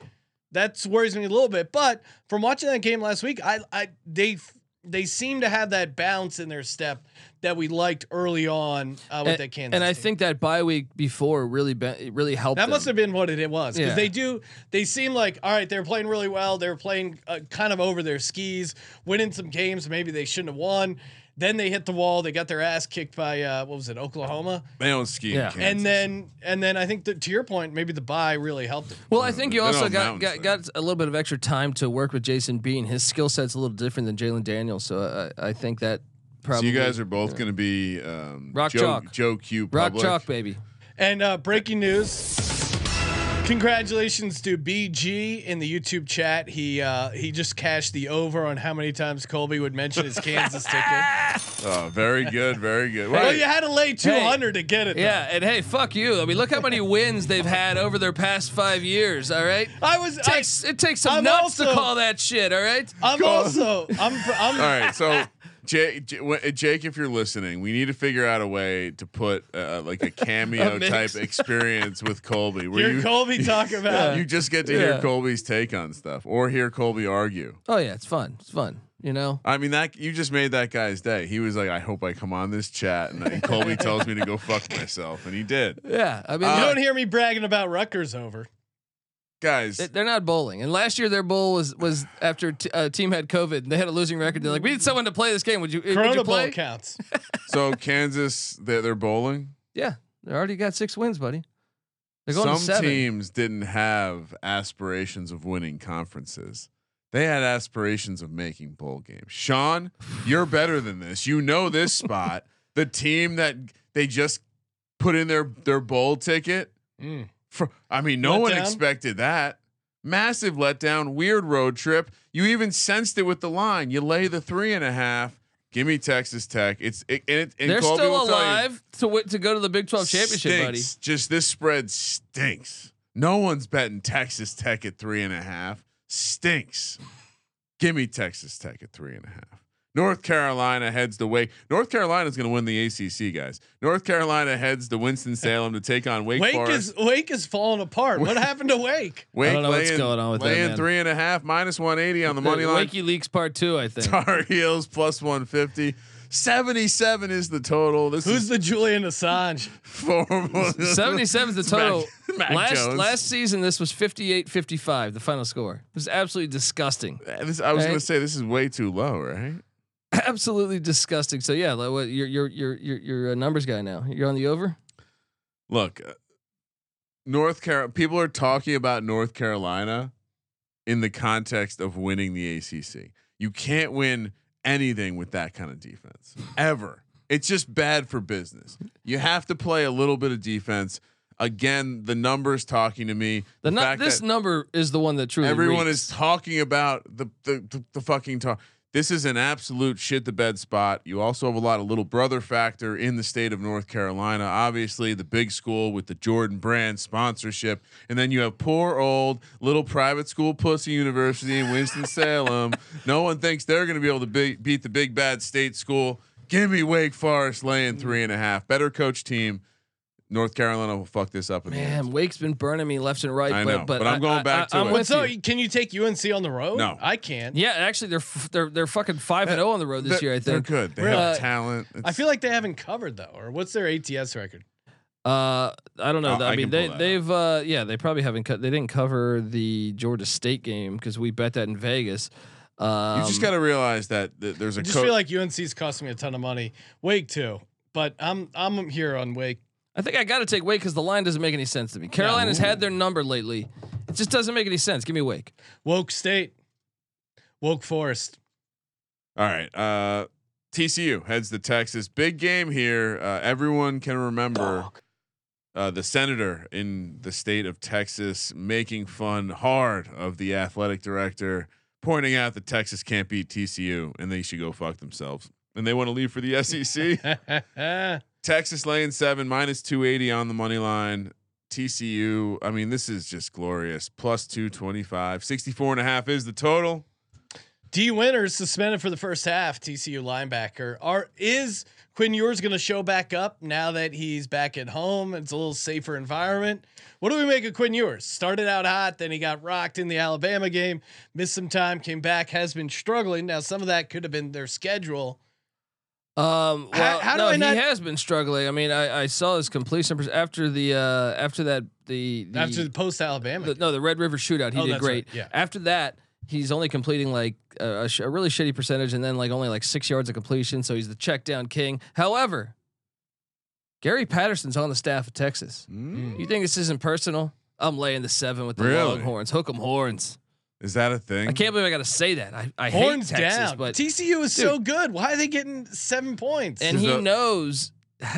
Speaker 1: That worries me a little bit. But from watching that game last week, I, I they they seem to have that bounce in their step that we liked early on uh, with
Speaker 8: and,
Speaker 1: that Kansas.
Speaker 8: and I
Speaker 1: team.
Speaker 8: think that bye week before really be, really helped.
Speaker 1: That must
Speaker 8: them.
Speaker 1: have been what it, it was because
Speaker 8: Yeah.
Speaker 1: they do. They seem like all right. They're playing really well. They're playing uh, kind of over their skis, winning some games. Maybe they shouldn't have won. Then they hit the wall. They got their ass kicked by uh, what was it, Oklahoma?
Speaker 7: They don't ski
Speaker 8: Yeah.
Speaker 7: in Kansas.
Speaker 1: And then and then I think that to your point, maybe the bye really helped them.
Speaker 8: Well, I think you
Speaker 7: They're
Speaker 8: also
Speaker 7: on
Speaker 8: got got,
Speaker 7: mountains
Speaker 8: got a little bit of extra time to work with Jason Bean. His skill set's a little different than Jalen Daniels, so I, I think that probably.
Speaker 7: so you guys are both going to be um,
Speaker 8: Rock
Speaker 7: Joe,
Speaker 8: chalk.
Speaker 7: Joe Q.
Speaker 8: rock
Speaker 7: Public.
Speaker 8: chalk, baby.
Speaker 1: And uh, breaking news: Congratulations to BG in the YouTube chat. He uh, he just cashed the over on how many times Colby would mention his Kansas ticket.
Speaker 7: Oh, very good, very good.
Speaker 1: Well,
Speaker 7: Right.
Speaker 1: you had to lay two hundred to get it.
Speaker 8: Yeah, and hey, fuck you. I mean, look how many wins they've had over their past five years. All right,
Speaker 1: I was.
Speaker 8: Takes, it takes some
Speaker 1: I'm
Speaker 8: nuts to
Speaker 1: also-
Speaker 8: call that shit. All right,
Speaker 1: I'm
Speaker 8: Call-
Speaker 1: also I'm I'm
Speaker 7: All right, so Jake, J- w- uh, Jake, if you're listening, we need to figure out a way to put uh, like a cameo
Speaker 1: A mix.
Speaker 7: type experience with Colby.
Speaker 1: Hear Colby talk about-
Speaker 7: You just get to hear
Speaker 8: Yeah.
Speaker 7: Colby's take on stuff or hear Colby argue.
Speaker 8: Oh yeah, it's fun. It's fun. You know.
Speaker 7: I mean that you just made that guy's day. He was like, "I hope I come on this chat," and, and Colby tells me to go fuck myself, and he did.
Speaker 8: Yeah, I mean,
Speaker 1: Uh, you don't hear me bragging about Rutgers over.
Speaker 7: guys,
Speaker 8: They- They're not bowling. And last year, their bowl was was after t- uh, team had COVID. And they had a losing record. They're like, we need someone to play this game. Would you? would
Speaker 1: Corona
Speaker 8: you
Speaker 1: Bowl
Speaker 8: play?
Speaker 1: counts.
Speaker 7: So Kansas, they're, they're bowling.
Speaker 8: Yeah, they already got six wins, buddy. They're going
Speaker 7: Some
Speaker 8: to seven.
Speaker 7: teams didn't have aspirations of winning conferences. They had aspirations of making bowl games. Sean, you're better than this. You know this spot. the team that they just put in their their bowl ticket.
Speaker 1: Mm.
Speaker 7: For, I mean, no one
Speaker 1: Letdown?
Speaker 7: expected that. Massive letdown. Weird road trip. You even sensed it with the line. You lay the three and a half. Give me Texas Tech. It's it, and, it, and
Speaker 8: They're
Speaker 7: Colby
Speaker 8: still
Speaker 7: will tell you,
Speaker 8: alive to wi- to go to the Big Twelve championship, buddy.
Speaker 7: stinks. Just this spread stinks. No one's betting Texas Tech at three and a half. Stinks. Give me Texas Tech at three and a half. North Carolina heads the way. North Carolina's going to win the ACC, guys. North Carolina heads to Winston Salem to take on Wake,
Speaker 1: Wake
Speaker 7: Forest.
Speaker 1: is Wake is falling apart. What happened to Wake?
Speaker 7: Wake
Speaker 8: I don't know
Speaker 7: laying,
Speaker 8: what's going on with that,
Speaker 7: laying
Speaker 8: man.
Speaker 7: three and a half minus one eighty on the money line.
Speaker 8: WikiLeaks Part Two, I think.
Speaker 7: Tar Heels plus one fifty. Seventy seven is the total. This
Speaker 1: Who's
Speaker 7: is
Speaker 1: the Julian Assange?
Speaker 7: formal.
Speaker 8: 77 is the
Speaker 7: Mac-
Speaker 8: total.
Speaker 7: Mac
Speaker 8: last
Speaker 7: Jones.
Speaker 8: last season, this was 58 55, the final score. It was absolutely disgusting.
Speaker 7: Uh, this- I was
Speaker 8: Right?
Speaker 7: going to say this is way too low, right?
Speaker 8: Absolutely disgusting. So, yeah, like, what, you're, you're, you're, you're, you're a numbers guy now. You're on the over?
Speaker 7: Look, uh, North Carolina. People are talking about North Carolina in the context of winning the ACC. You can't win anything with that kind of defense ever. It's just bad for business. You have to play a little bit of defense. Again, the numbers talking to me.
Speaker 8: The nu-
Speaker 7: fact
Speaker 8: this
Speaker 7: that-
Speaker 8: number is the one that truly.
Speaker 7: Everyone
Speaker 8: reeks.
Speaker 7: is talking about the the, the the fucking talk. This is an absolute shit the bed spot. You also have a lot of little brother factor in the state of North Carolina. Obviously, the big school with the Jordan brand sponsorship, and then you have poor old little private school pussy university in Winston Salem. No one thinks they're going to be able to be, beat the big bad state school. Give me Wake Forest laying three and a half. Better coach team. North Carolina will fuck this up in the end.
Speaker 8: Man, Wake's been burning me left and right.
Speaker 7: I
Speaker 8: but,
Speaker 7: know,
Speaker 8: but,
Speaker 7: but I'm
Speaker 8: I-
Speaker 7: going
Speaker 8: I-
Speaker 7: back
Speaker 8: I,
Speaker 7: to
Speaker 8: am
Speaker 7: it.
Speaker 1: But
Speaker 8: With
Speaker 1: so
Speaker 8: you.
Speaker 1: can you take UNC on the road?
Speaker 7: No.
Speaker 1: I can't.
Speaker 8: Yeah, actually, they're f- they're they're fucking five and
Speaker 7: Uh,
Speaker 8: zero on the road this
Speaker 7: They're-
Speaker 8: year. I think
Speaker 7: they're good. They
Speaker 1: Really?
Speaker 7: have talent.
Speaker 1: I
Speaker 7: It's-
Speaker 1: feel like they haven't covered though. Or what's their ATS record?
Speaker 8: Uh, I don't know.
Speaker 7: Oh,
Speaker 8: I,
Speaker 7: I
Speaker 8: mean,
Speaker 7: can pull
Speaker 8: they
Speaker 7: that up.
Speaker 8: they've uh, yeah, they probably haven't cut. They didn't cover the Georgia State game because we bet that in Vegas. Um,
Speaker 7: You just got to realize that, that there's
Speaker 1: I
Speaker 7: a
Speaker 1: just
Speaker 7: coach.
Speaker 1: feel like UNC's costing me a ton of money. Wake too, but I'm I'm here on Wake.
Speaker 8: I think I got to take Wake because the line doesn't make any sense to me. Carolina's had their number lately. It just doesn't make any sense. Give me Wake.
Speaker 1: Woke State, Woke Forest.
Speaker 7: All right, uh, TCU heads to Texas. Big game here. Uh, everyone can remember uh, the senator in the state of Texas making fun hard of the athletic director, pointing out that Texas can't beat TCU and they should go fuck themselves. And they want to leave for the SEC. Texas laying seven minus 280 on the money line. TCU, I mean, this is just glorious. Plus 225. 64 and a half is the total.
Speaker 1: D Winters suspended for the first half. TCU linebacker. Are is Quinn Ewers going to show back up now that he's back at home? It's a little safer environment. What do we make of Quinn Ewers? Started out hot, then he got rocked in the Alabama game, missed some time, came back, has been struggling. Now some of that could have been their schedule.
Speaker 8: Um,
Speaker 1: How-
Speaker 8: well,
Speaker 1: how do
Speaker 8: no,
Speaker 1: I
Speaker 8: he
Speaker 1: not-
Speaker 8: has been struggling. I mean, I, I saw his completion perc- after the uh, after that the, the
Speaker 1: After the post Alabama,
Speaker 8: the- no the Red River Shootout. He
Speaker 1: Oh,
Speaker 8: did
Speaker 1: that's
Speaker 8: great.
Speaker 1: right, yeah.
Speaker 8: After that, he's only completing like a, a, sh- a really shitty percentage, and then like only like six yards of completion. So he's the check down king. However, Gary Patterson's on the staff of Texas. You think this isn't personal? I'm laying the seven with the
Speaker 7: Really?
Speaker 8: Longhorns. Hook 'em horns.
Speaker 7: Is that a thing?
Speaker 8: I can't believe I got to say that. I, I
Speaker 1: horns
Speaker 8: hate Texas,
Speaker 1: down.
Speaker 8: but
Speaker 1: TCU is so good. Why are they getting seven points?
Speaker 8: and
Speaker 7: Is
Speaker 8: he
Speaker 7: that-
Speaker 8: knows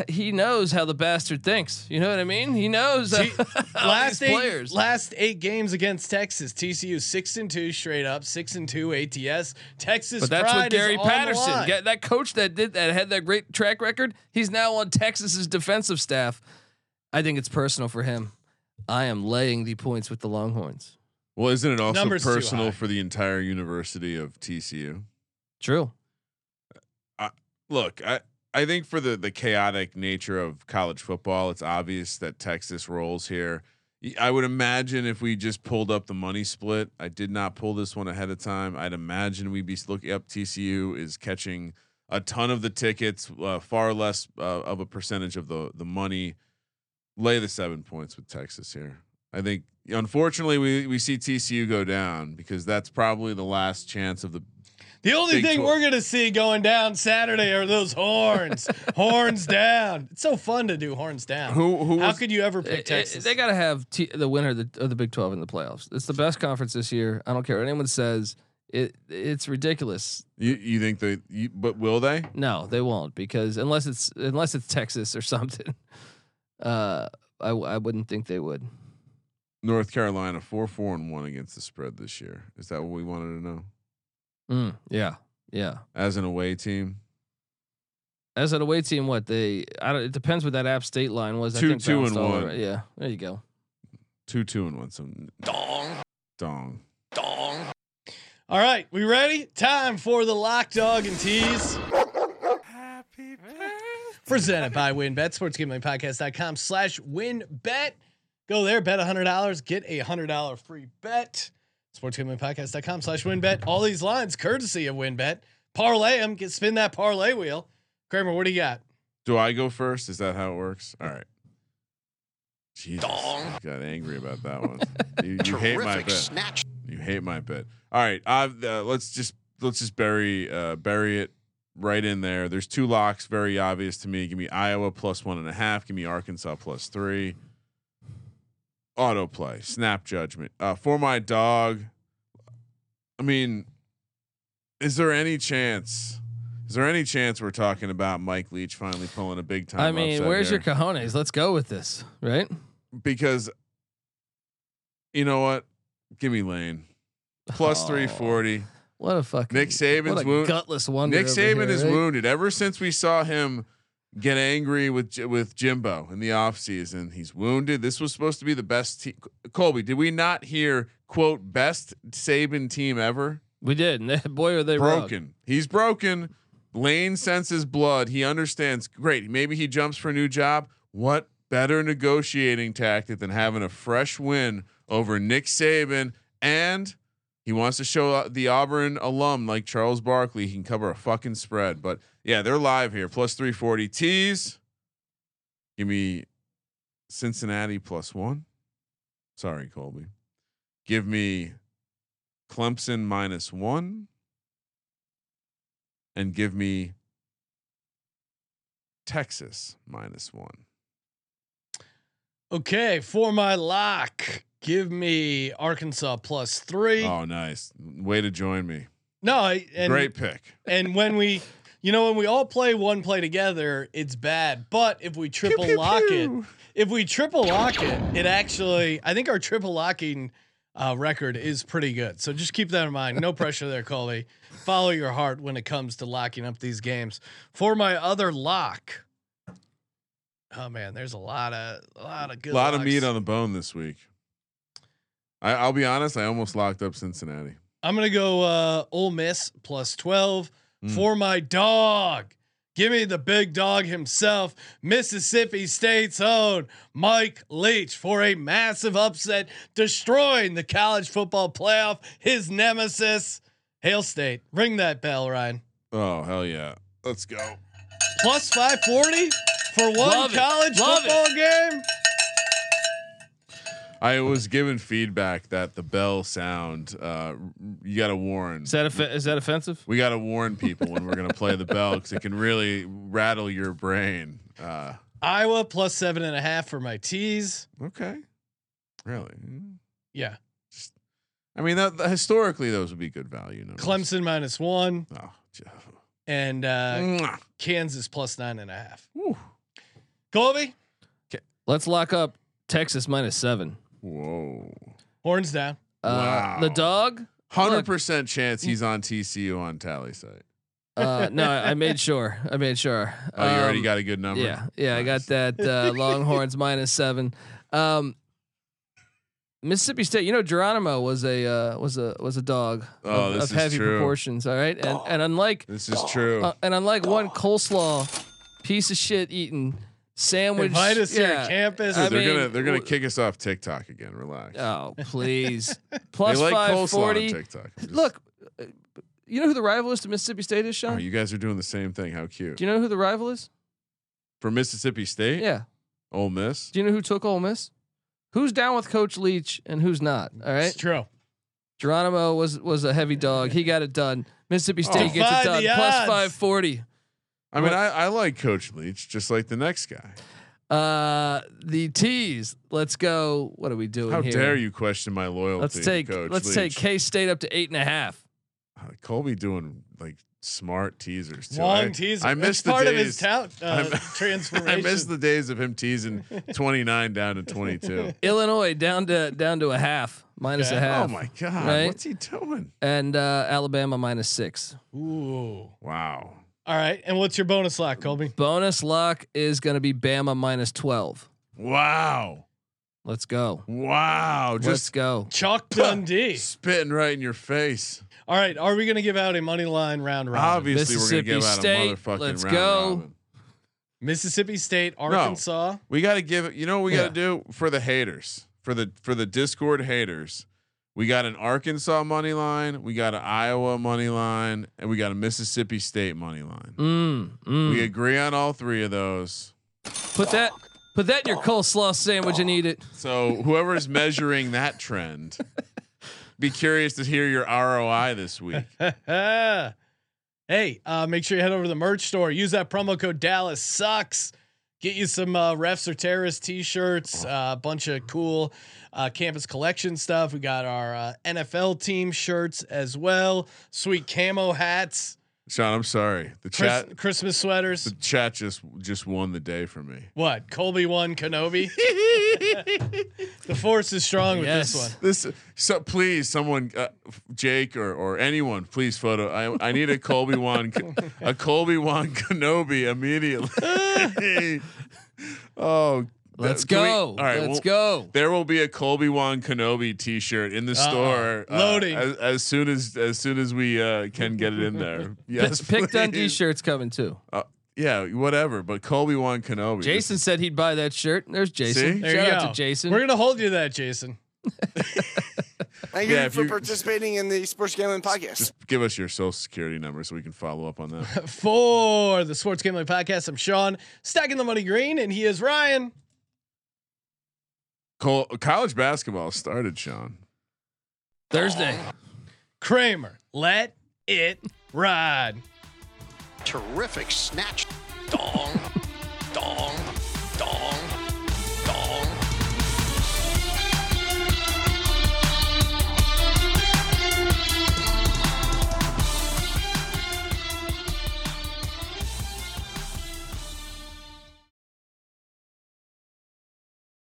Speaker 8: he knows how the bastard thinks. You know what I mean? He knows uh,
Speaker 1: See,
Speaker 8: all
Speaker 1: last
Speaker 8: these
Speaker 1: eight
Speaker 8: players.
Speaker 1: last eight games against Texas, TCU six and two straight up, six and two ATS. Texas,
Speaker 8: but that's what
Speaker 1: pride is
Speaker 8: Gary
Speaker 1: on the
Speaker 8: Patterson,
Speaker 1: line.
Speaker 8: ga- that coach that did that had that great track record. He's now on Texas's defensive staff. I think it's personal for him. I am laying the points with the Longhorns.
Speaker 7: Well, isn't it also
Speaker 8: Numbers too high.
Speaker 7: personal for the entire University of TCU?
Speaker 8: True.
Speaker 7: I, look, I I think for the the chaotic nature of college football, it's obvious that Texas rolls here. Y- I would imagine if we just pulled up the money split, I did not pull this one ahead of time. I'd imagine we'd be looking up TCU is catching a ton of the tickets, uh, far less uh, of a percentage of the the money. Lay the seven points with Texas here. I think unfortunately we we see TCU go down because that's probably the last chance of the
Speaker 1: The only
Speaker 7: Big
Speaker 1: thing
Speaker 7: 12.
Speaker 1: we're gonna see going down Saturday are those horns. horns down. It's so fun to do horns down.
Speaker 7: Who- who
Speaker 1: How
Speaker 8: was-
Speaker 1: could you ever pick
Speaker 8: Eh, eh,
Speaker 1: Texas?
Speaker 8: They got to have t- the winner of the, of the Big 12 in the playoffs. It's the best conference this year. I don't care what anyone says. It it's ridiculous.
Speaker 7: You you think they? You, but will they?
Speaker 8: No, they won't because unless it's unless it's Texas or something, uh, I w- I wouldn't think they would.
Speaker 7: North Carolina four four and one against the spread this year. Is that what we wanted to know?
Speaker 8: Mm, yeah, yeah.
Speaker 7: As an away team,
Speaker 8: As an away team, what they I don't. It depends what that App State line was. I
Speaker 7: Two-
Speaker 8: think
Speaker 7: two
Speaker 8: bounced
Speaker 7: and
Speaker 8: all
Speaker 7: one.
Speaker 8: over- Yeah, there you go.
Speaker 7: two two and one. So
Speaker 3: dong
Speaker 7: dong.
Speaker 3: dong.
Speaker 1: All right, we ready? Time for the lock dog and tease. Presented by WinBet, sportsgamblingpodcast.com slash winbet. Go there, bet $100, get a $100 free bet. Sportsgamblingpodcast.com slash winbet. All these lines courtesy of WinBet. Parlay them, get, spin that parlay wheel. Kramer, what do you got?
Speaker 7: Do I go first? Is that how it works? All right. Jesus, I got angry about that one. you, you hate my
Speaker 10: Terrific
Speaker 7: bet.
Speaker 10: snatch.
Speaker 7: You hate my bet. All right, I've, uh, let's just let's just bury uh, bury it right in there. There's two locks, very obvious to me. Give me Iowa plus one and a half. Give me Arkansas plus three. Autoplay, snap judgment uh, for my dog. I mean, is there any chance? Is there any chance we're talking about Mike Leach finally pulling a big time?
Speaker 8: I mean,
Speaker 7: upset
Speaker 8: where's
Speaker 7: here?
Speaker 8: your cojones? Let's go with this, right?
Speaker 7: because you know what? Give me Lane. Plus
Speaker 8: Oh,
Speaker 7: 340.
Speaker 8: What a fucking
Speaker 7: Nick Saban's
Speaker 8: what a
Speaker 7: wound-
Speaker 8: gutless wonder.
Speaker 7: Nick
Speaker 8: over
Speaker 7: Saban
Speaker 8: here,
Speaker 7: is
Speaker 8: right?
Speaker 7: wounded ever since we saw him get angry with J- with Jimbo in the offseason. He's wounded. This was supposed to be the best team. Colby, did we not hear quote best Saban team ever?
Speaker 8: We did, and boy, are they wrong.
Speaker 7: broken. He's broken. Lane senses blood. He understands. Great. Maybe he jumps for a new job. What better negotiating tactic than having a fresh win over Nick Saban? And he wants to show the Auburn alum like Charles Barkley he can cover a fucking spread. But yeah, they're live here. Plus 340 tees. Give me Cincinnati plus one. Sorry, Colby. Give me Clemson minus one and give me Texas minus one.
Speaker 1: Okay, for my lock, give me Arkansas plus three.
Speaker 7: Oh, nice way to join me.
Speaker 1: No, I- and
Speaker 7: Great pick.
Speaker 1: And when we, you know, when we all play one play together, it's bad. But if we triple
Speaker 7: pew,
Speaker 1: lock
Speaker 7: pew.
Speaker 1: it, if we triple lock it, it actually, I think our triple locking uh, record is pretty good. So just keep that in mind. No pressure there, Coley. Follow your heart when it comes to locking up these games. For my other lock, oh man, there's a lot of, a lot of
Speaker 7: A
Speaker 1: good,
Speaker 7: lot of
Speaker 1: locks.
Speaker 7: meat on the bone this week. I, I'll be honest. I almost locked up Cincinnati.
Speaker 1: I'm gonna go uh Ole Miss plus twelve
Speaker 7: Mm.
Speaker 1: for my dog. Give me the big dog himself, Mississippi State's own Mike Leach for a massive upset, destroying the college football playoff. His nemesis, Hail State. Ring that bell, Ryan.
Speaker 7: Oh hell yeah! Let's go.
Speaker 1: Plus five forty for one
Speaker 8: Love it.
Speaker 1: college
Speaker 8: Love it.
Speaker 1: football game.
Speaker 7: I was given feedback that the bell sound. Uh, you got to warn.
Speaker 8: Is that offe- is that offensive?
Speaker 7: We got to warn people when we're gonna play the bell because it can really rattle your brain. Uh,
Speaker 1: Iowa plus seven and a half for my tees.
Speaker 7: okay, really? Hmm.
Speaker 1: Yeah,
Speaker 7: I mean, that, that- historically, those would be good value numbers.
Speaker 1: Clemson minus one
Speaker 7: Oh, j-
Speaker 1: and uh,
Speaker 7: Mwah.
Speaker 1: Kansas plus nine and a half.
Speaker 7: Whew.
Speaker 1: Colby,
Speaker 8: Let's lock up Texas minus seven.
Speaker 7: Whoa.
Speaker 1: horns down.
Speaker 8: Uh, The dog.
Speaker 7: Hundred percent chance he's on TCU on tally site.
Speaker 8: Uh, no, I I made sure. I made sure.
Speaker 7: Oh, you already
Speaker 8: Um,
Speaker 7: got a good number.
Speaker 8: Yeah, yeah, I got that. Uh, Longhorns minus seven. Um, Mississippi State. You know, Geronimo was a uh, was a was a dog
Speaker 7: Oh,
Speaker 8: of,
Speaker 7: this
Speaker 8: of
Speaker 7: is
Speaker 8: heavy
Speaker 7: true.
Speaker 8: proportions. All right, and, and unlike
Speaker 7: This is true.
Speaker 8: uh, and unlike one coleslaw piece of shit eating sandwich.
Speaker 1: Invite us to your campus.
Speaker 8: I
Speaker 7: Dude, they're
Speaker 8: mean,
Speaker 7: gonna they're gonna kick us off TikTok again. Relax.
Speaker 8: Oh please, plus
Speaker 7: they like
Speaker 8: five
Speaker 7: coleslaw on
Speaker 8: forty.
Speaker 7: TikTok.
Speaker 8: Look, uh, you know who the rival is to Mississippi State is,
Speaker 7: Oh,
Speaker 8: Sean.
Speaker 7: you guys are doing the same thing. How cute.
Speaker 8: Do you know who the rival is?
Speaker 7: For Mississippi State,
Speaker 8: Yeah.
Speaker 7: Ole Miss.
Speaker 8: Do you know who took Ole Miss? Who's down with Coach Leach and who's not? All right.
Speaker 1: It's true.
Speaker 8: Geronimo was was a heavy dog. He got it done. Mississippi State gets
Speaker 7: Oh.
Speaker 8: it
Speaker 1: Defy
Speaker 8: done.
Speaker 1: the
Speaker 8: Plus
Speaker 1: odds.
Speaker 8: five forty.
Speaker 7: I mean, I, I like Coach Leach just like the next guy.
Speaker 8: Uh, the tees. Let's go. What are we doing
Speaker 7: How
Speaker 8: here?
Speaker 7: dare you question my loyalty?
Speaker 8: Let's
Speaker 7: to
Speaker 8: take
Speaker 7: Coach
Speaker 8: let's
Speaker 7: Leach.
Speaker 8: take K State up to eight and a half.
Speaker 7: Uh, Colby doing like smart teasers. Too.
Speaker 1: Long
Speaker 7: I,
Speaker 1: teaser.
Speaker 7: I miss
Speaker 1: That's
Speaker 7: the
Speaker 1: part
Speaker 7: days.
Speaker 1: of his tout uh,
Speaker 7: I'm- I
Speaker 1: transformation.
Speaker 7: miss the days of him teasing 29 down to 22.
Speaker 8: Illinois down to down to a half minus a
Speaker 1: Okay.
Speaker 8: half.
Speaker 7: Oh my god,
Speaker 8: Right?
Speaker 7: what's he doing?
Speaker 8: And uh, Alabama minus six.
Speaker 1: Ooh.
Speaker 7: Wow.
Speaker 1: All right. And what's your bonus lock, Colby?
Speaker 8: Bonus lock is going to be Bama minus twelve.
Speaker 7: Wow.
Speaker 8: Let's go.
Speaker 7: Wow.
Speaker 8: Let's
Speaker 7: Just
Speaker 8: go.
Speaker 1: Chalk Dundee.
Speaker 7: spitting right in your face.
Speaker 1: All right. Are we going to give out a money line round robin?
Speaker 7: Obviously, we're gonna
Speaker 8: Mississippi
Speaker 7: give out
Speaker 8: State,
Speaker 7: a motherfucking
Speaker 8: let's
Speaker 7: round
Speaker 8: go.
Speaker 7: robin.
Speaker 1: Mississippi State, Arkansas.
Speaker 7: We got to give it. You know, what we got to
Speaker 8: Yeah.
Speaker 7: do for the haters, for the for the Discord haters. We got an Arkansas money line, we got an Iowa money line, and we got a Mississippi State money line.
Speaker 8: Mm, mm.
Speaker 7: We agree on all three of those.
Speaker 8: Put that put that in your coleslaw sandwich and eat it.
Speaker 7: So whoever's measuring that trend, be curious to hear your ROI this week.
Speaker 1: Uh, hey, uh, make sure you head over to the merch store. Use that promo code Dallas Sucks. Get you some uh, refs or terrorists t-shirts, uh, a bunch of cool uh, campus collection stuff. We got our uh, NFL team shirts as well, sweet camo hats,
Speaker 7: Sean, I'm sorry. The
Speaker 1: Chris-
Speaker 7: chat,
Speaker 1: Christmas sweaters.
Speaker 7: the chat just just won the day for me.
Speaker 1: What? Colby won Kenobi? the force is strong with this
Speaker 8: Yes.
Speaker 1: one.
Speaker 7: This so please someone uh, Jake or or anyone please photo I I need a Colby Wan a Colby Wan Kenobi immediately. oh,
Speaker 8: Let's
Speaker 7: can we-
Speaker 8: go. Let's go.
Speaker 7: There will be a Colby Wan Kenobi T-shirt in the store uh,
Speaker 1: Loading.
Speaker 7: as, as soon as as soon as we uh, can get it in there. Yes,
Speaker 8: Pick Dundee
Speaker 7: please.
Speaker 8: shirts coming too.
Speaker 7: Uh, yeah, whatever. But Colby Wan Kenobi.
Speaker 8: Jason said he'd buy that shirt. There's Jason.
Speaker 7: See?
Speaker 1: There
Speaker 8: Shout
Speaker 1: you
Speaker 8: out
Speaker 1: go.
Speaker 8: to Jason.
Speaker 1: We're gonna hold you to that, Jason.
Speaker 12: Thank
Speaker 7: Yeah,
Speaker 12: you
Speaker 7: if
Speaker 12: for
Speaker 7: you-
Speaker 12: participating in the Sports Gambling Podcast.
Speaker 7: Just give us your social security number so we can follow up on that.
Speaker 1: For the Sports Gambling Podcast, I'm Sean, stacking the money green, and he is Ryan.
Speaker 7: Col- college basketball started, Sean.
Speaker 8: Thursday.
Speaker 1: Kramer, let it ride.
Speaker 10: Terrific snatch.
Speaker 3: Dong.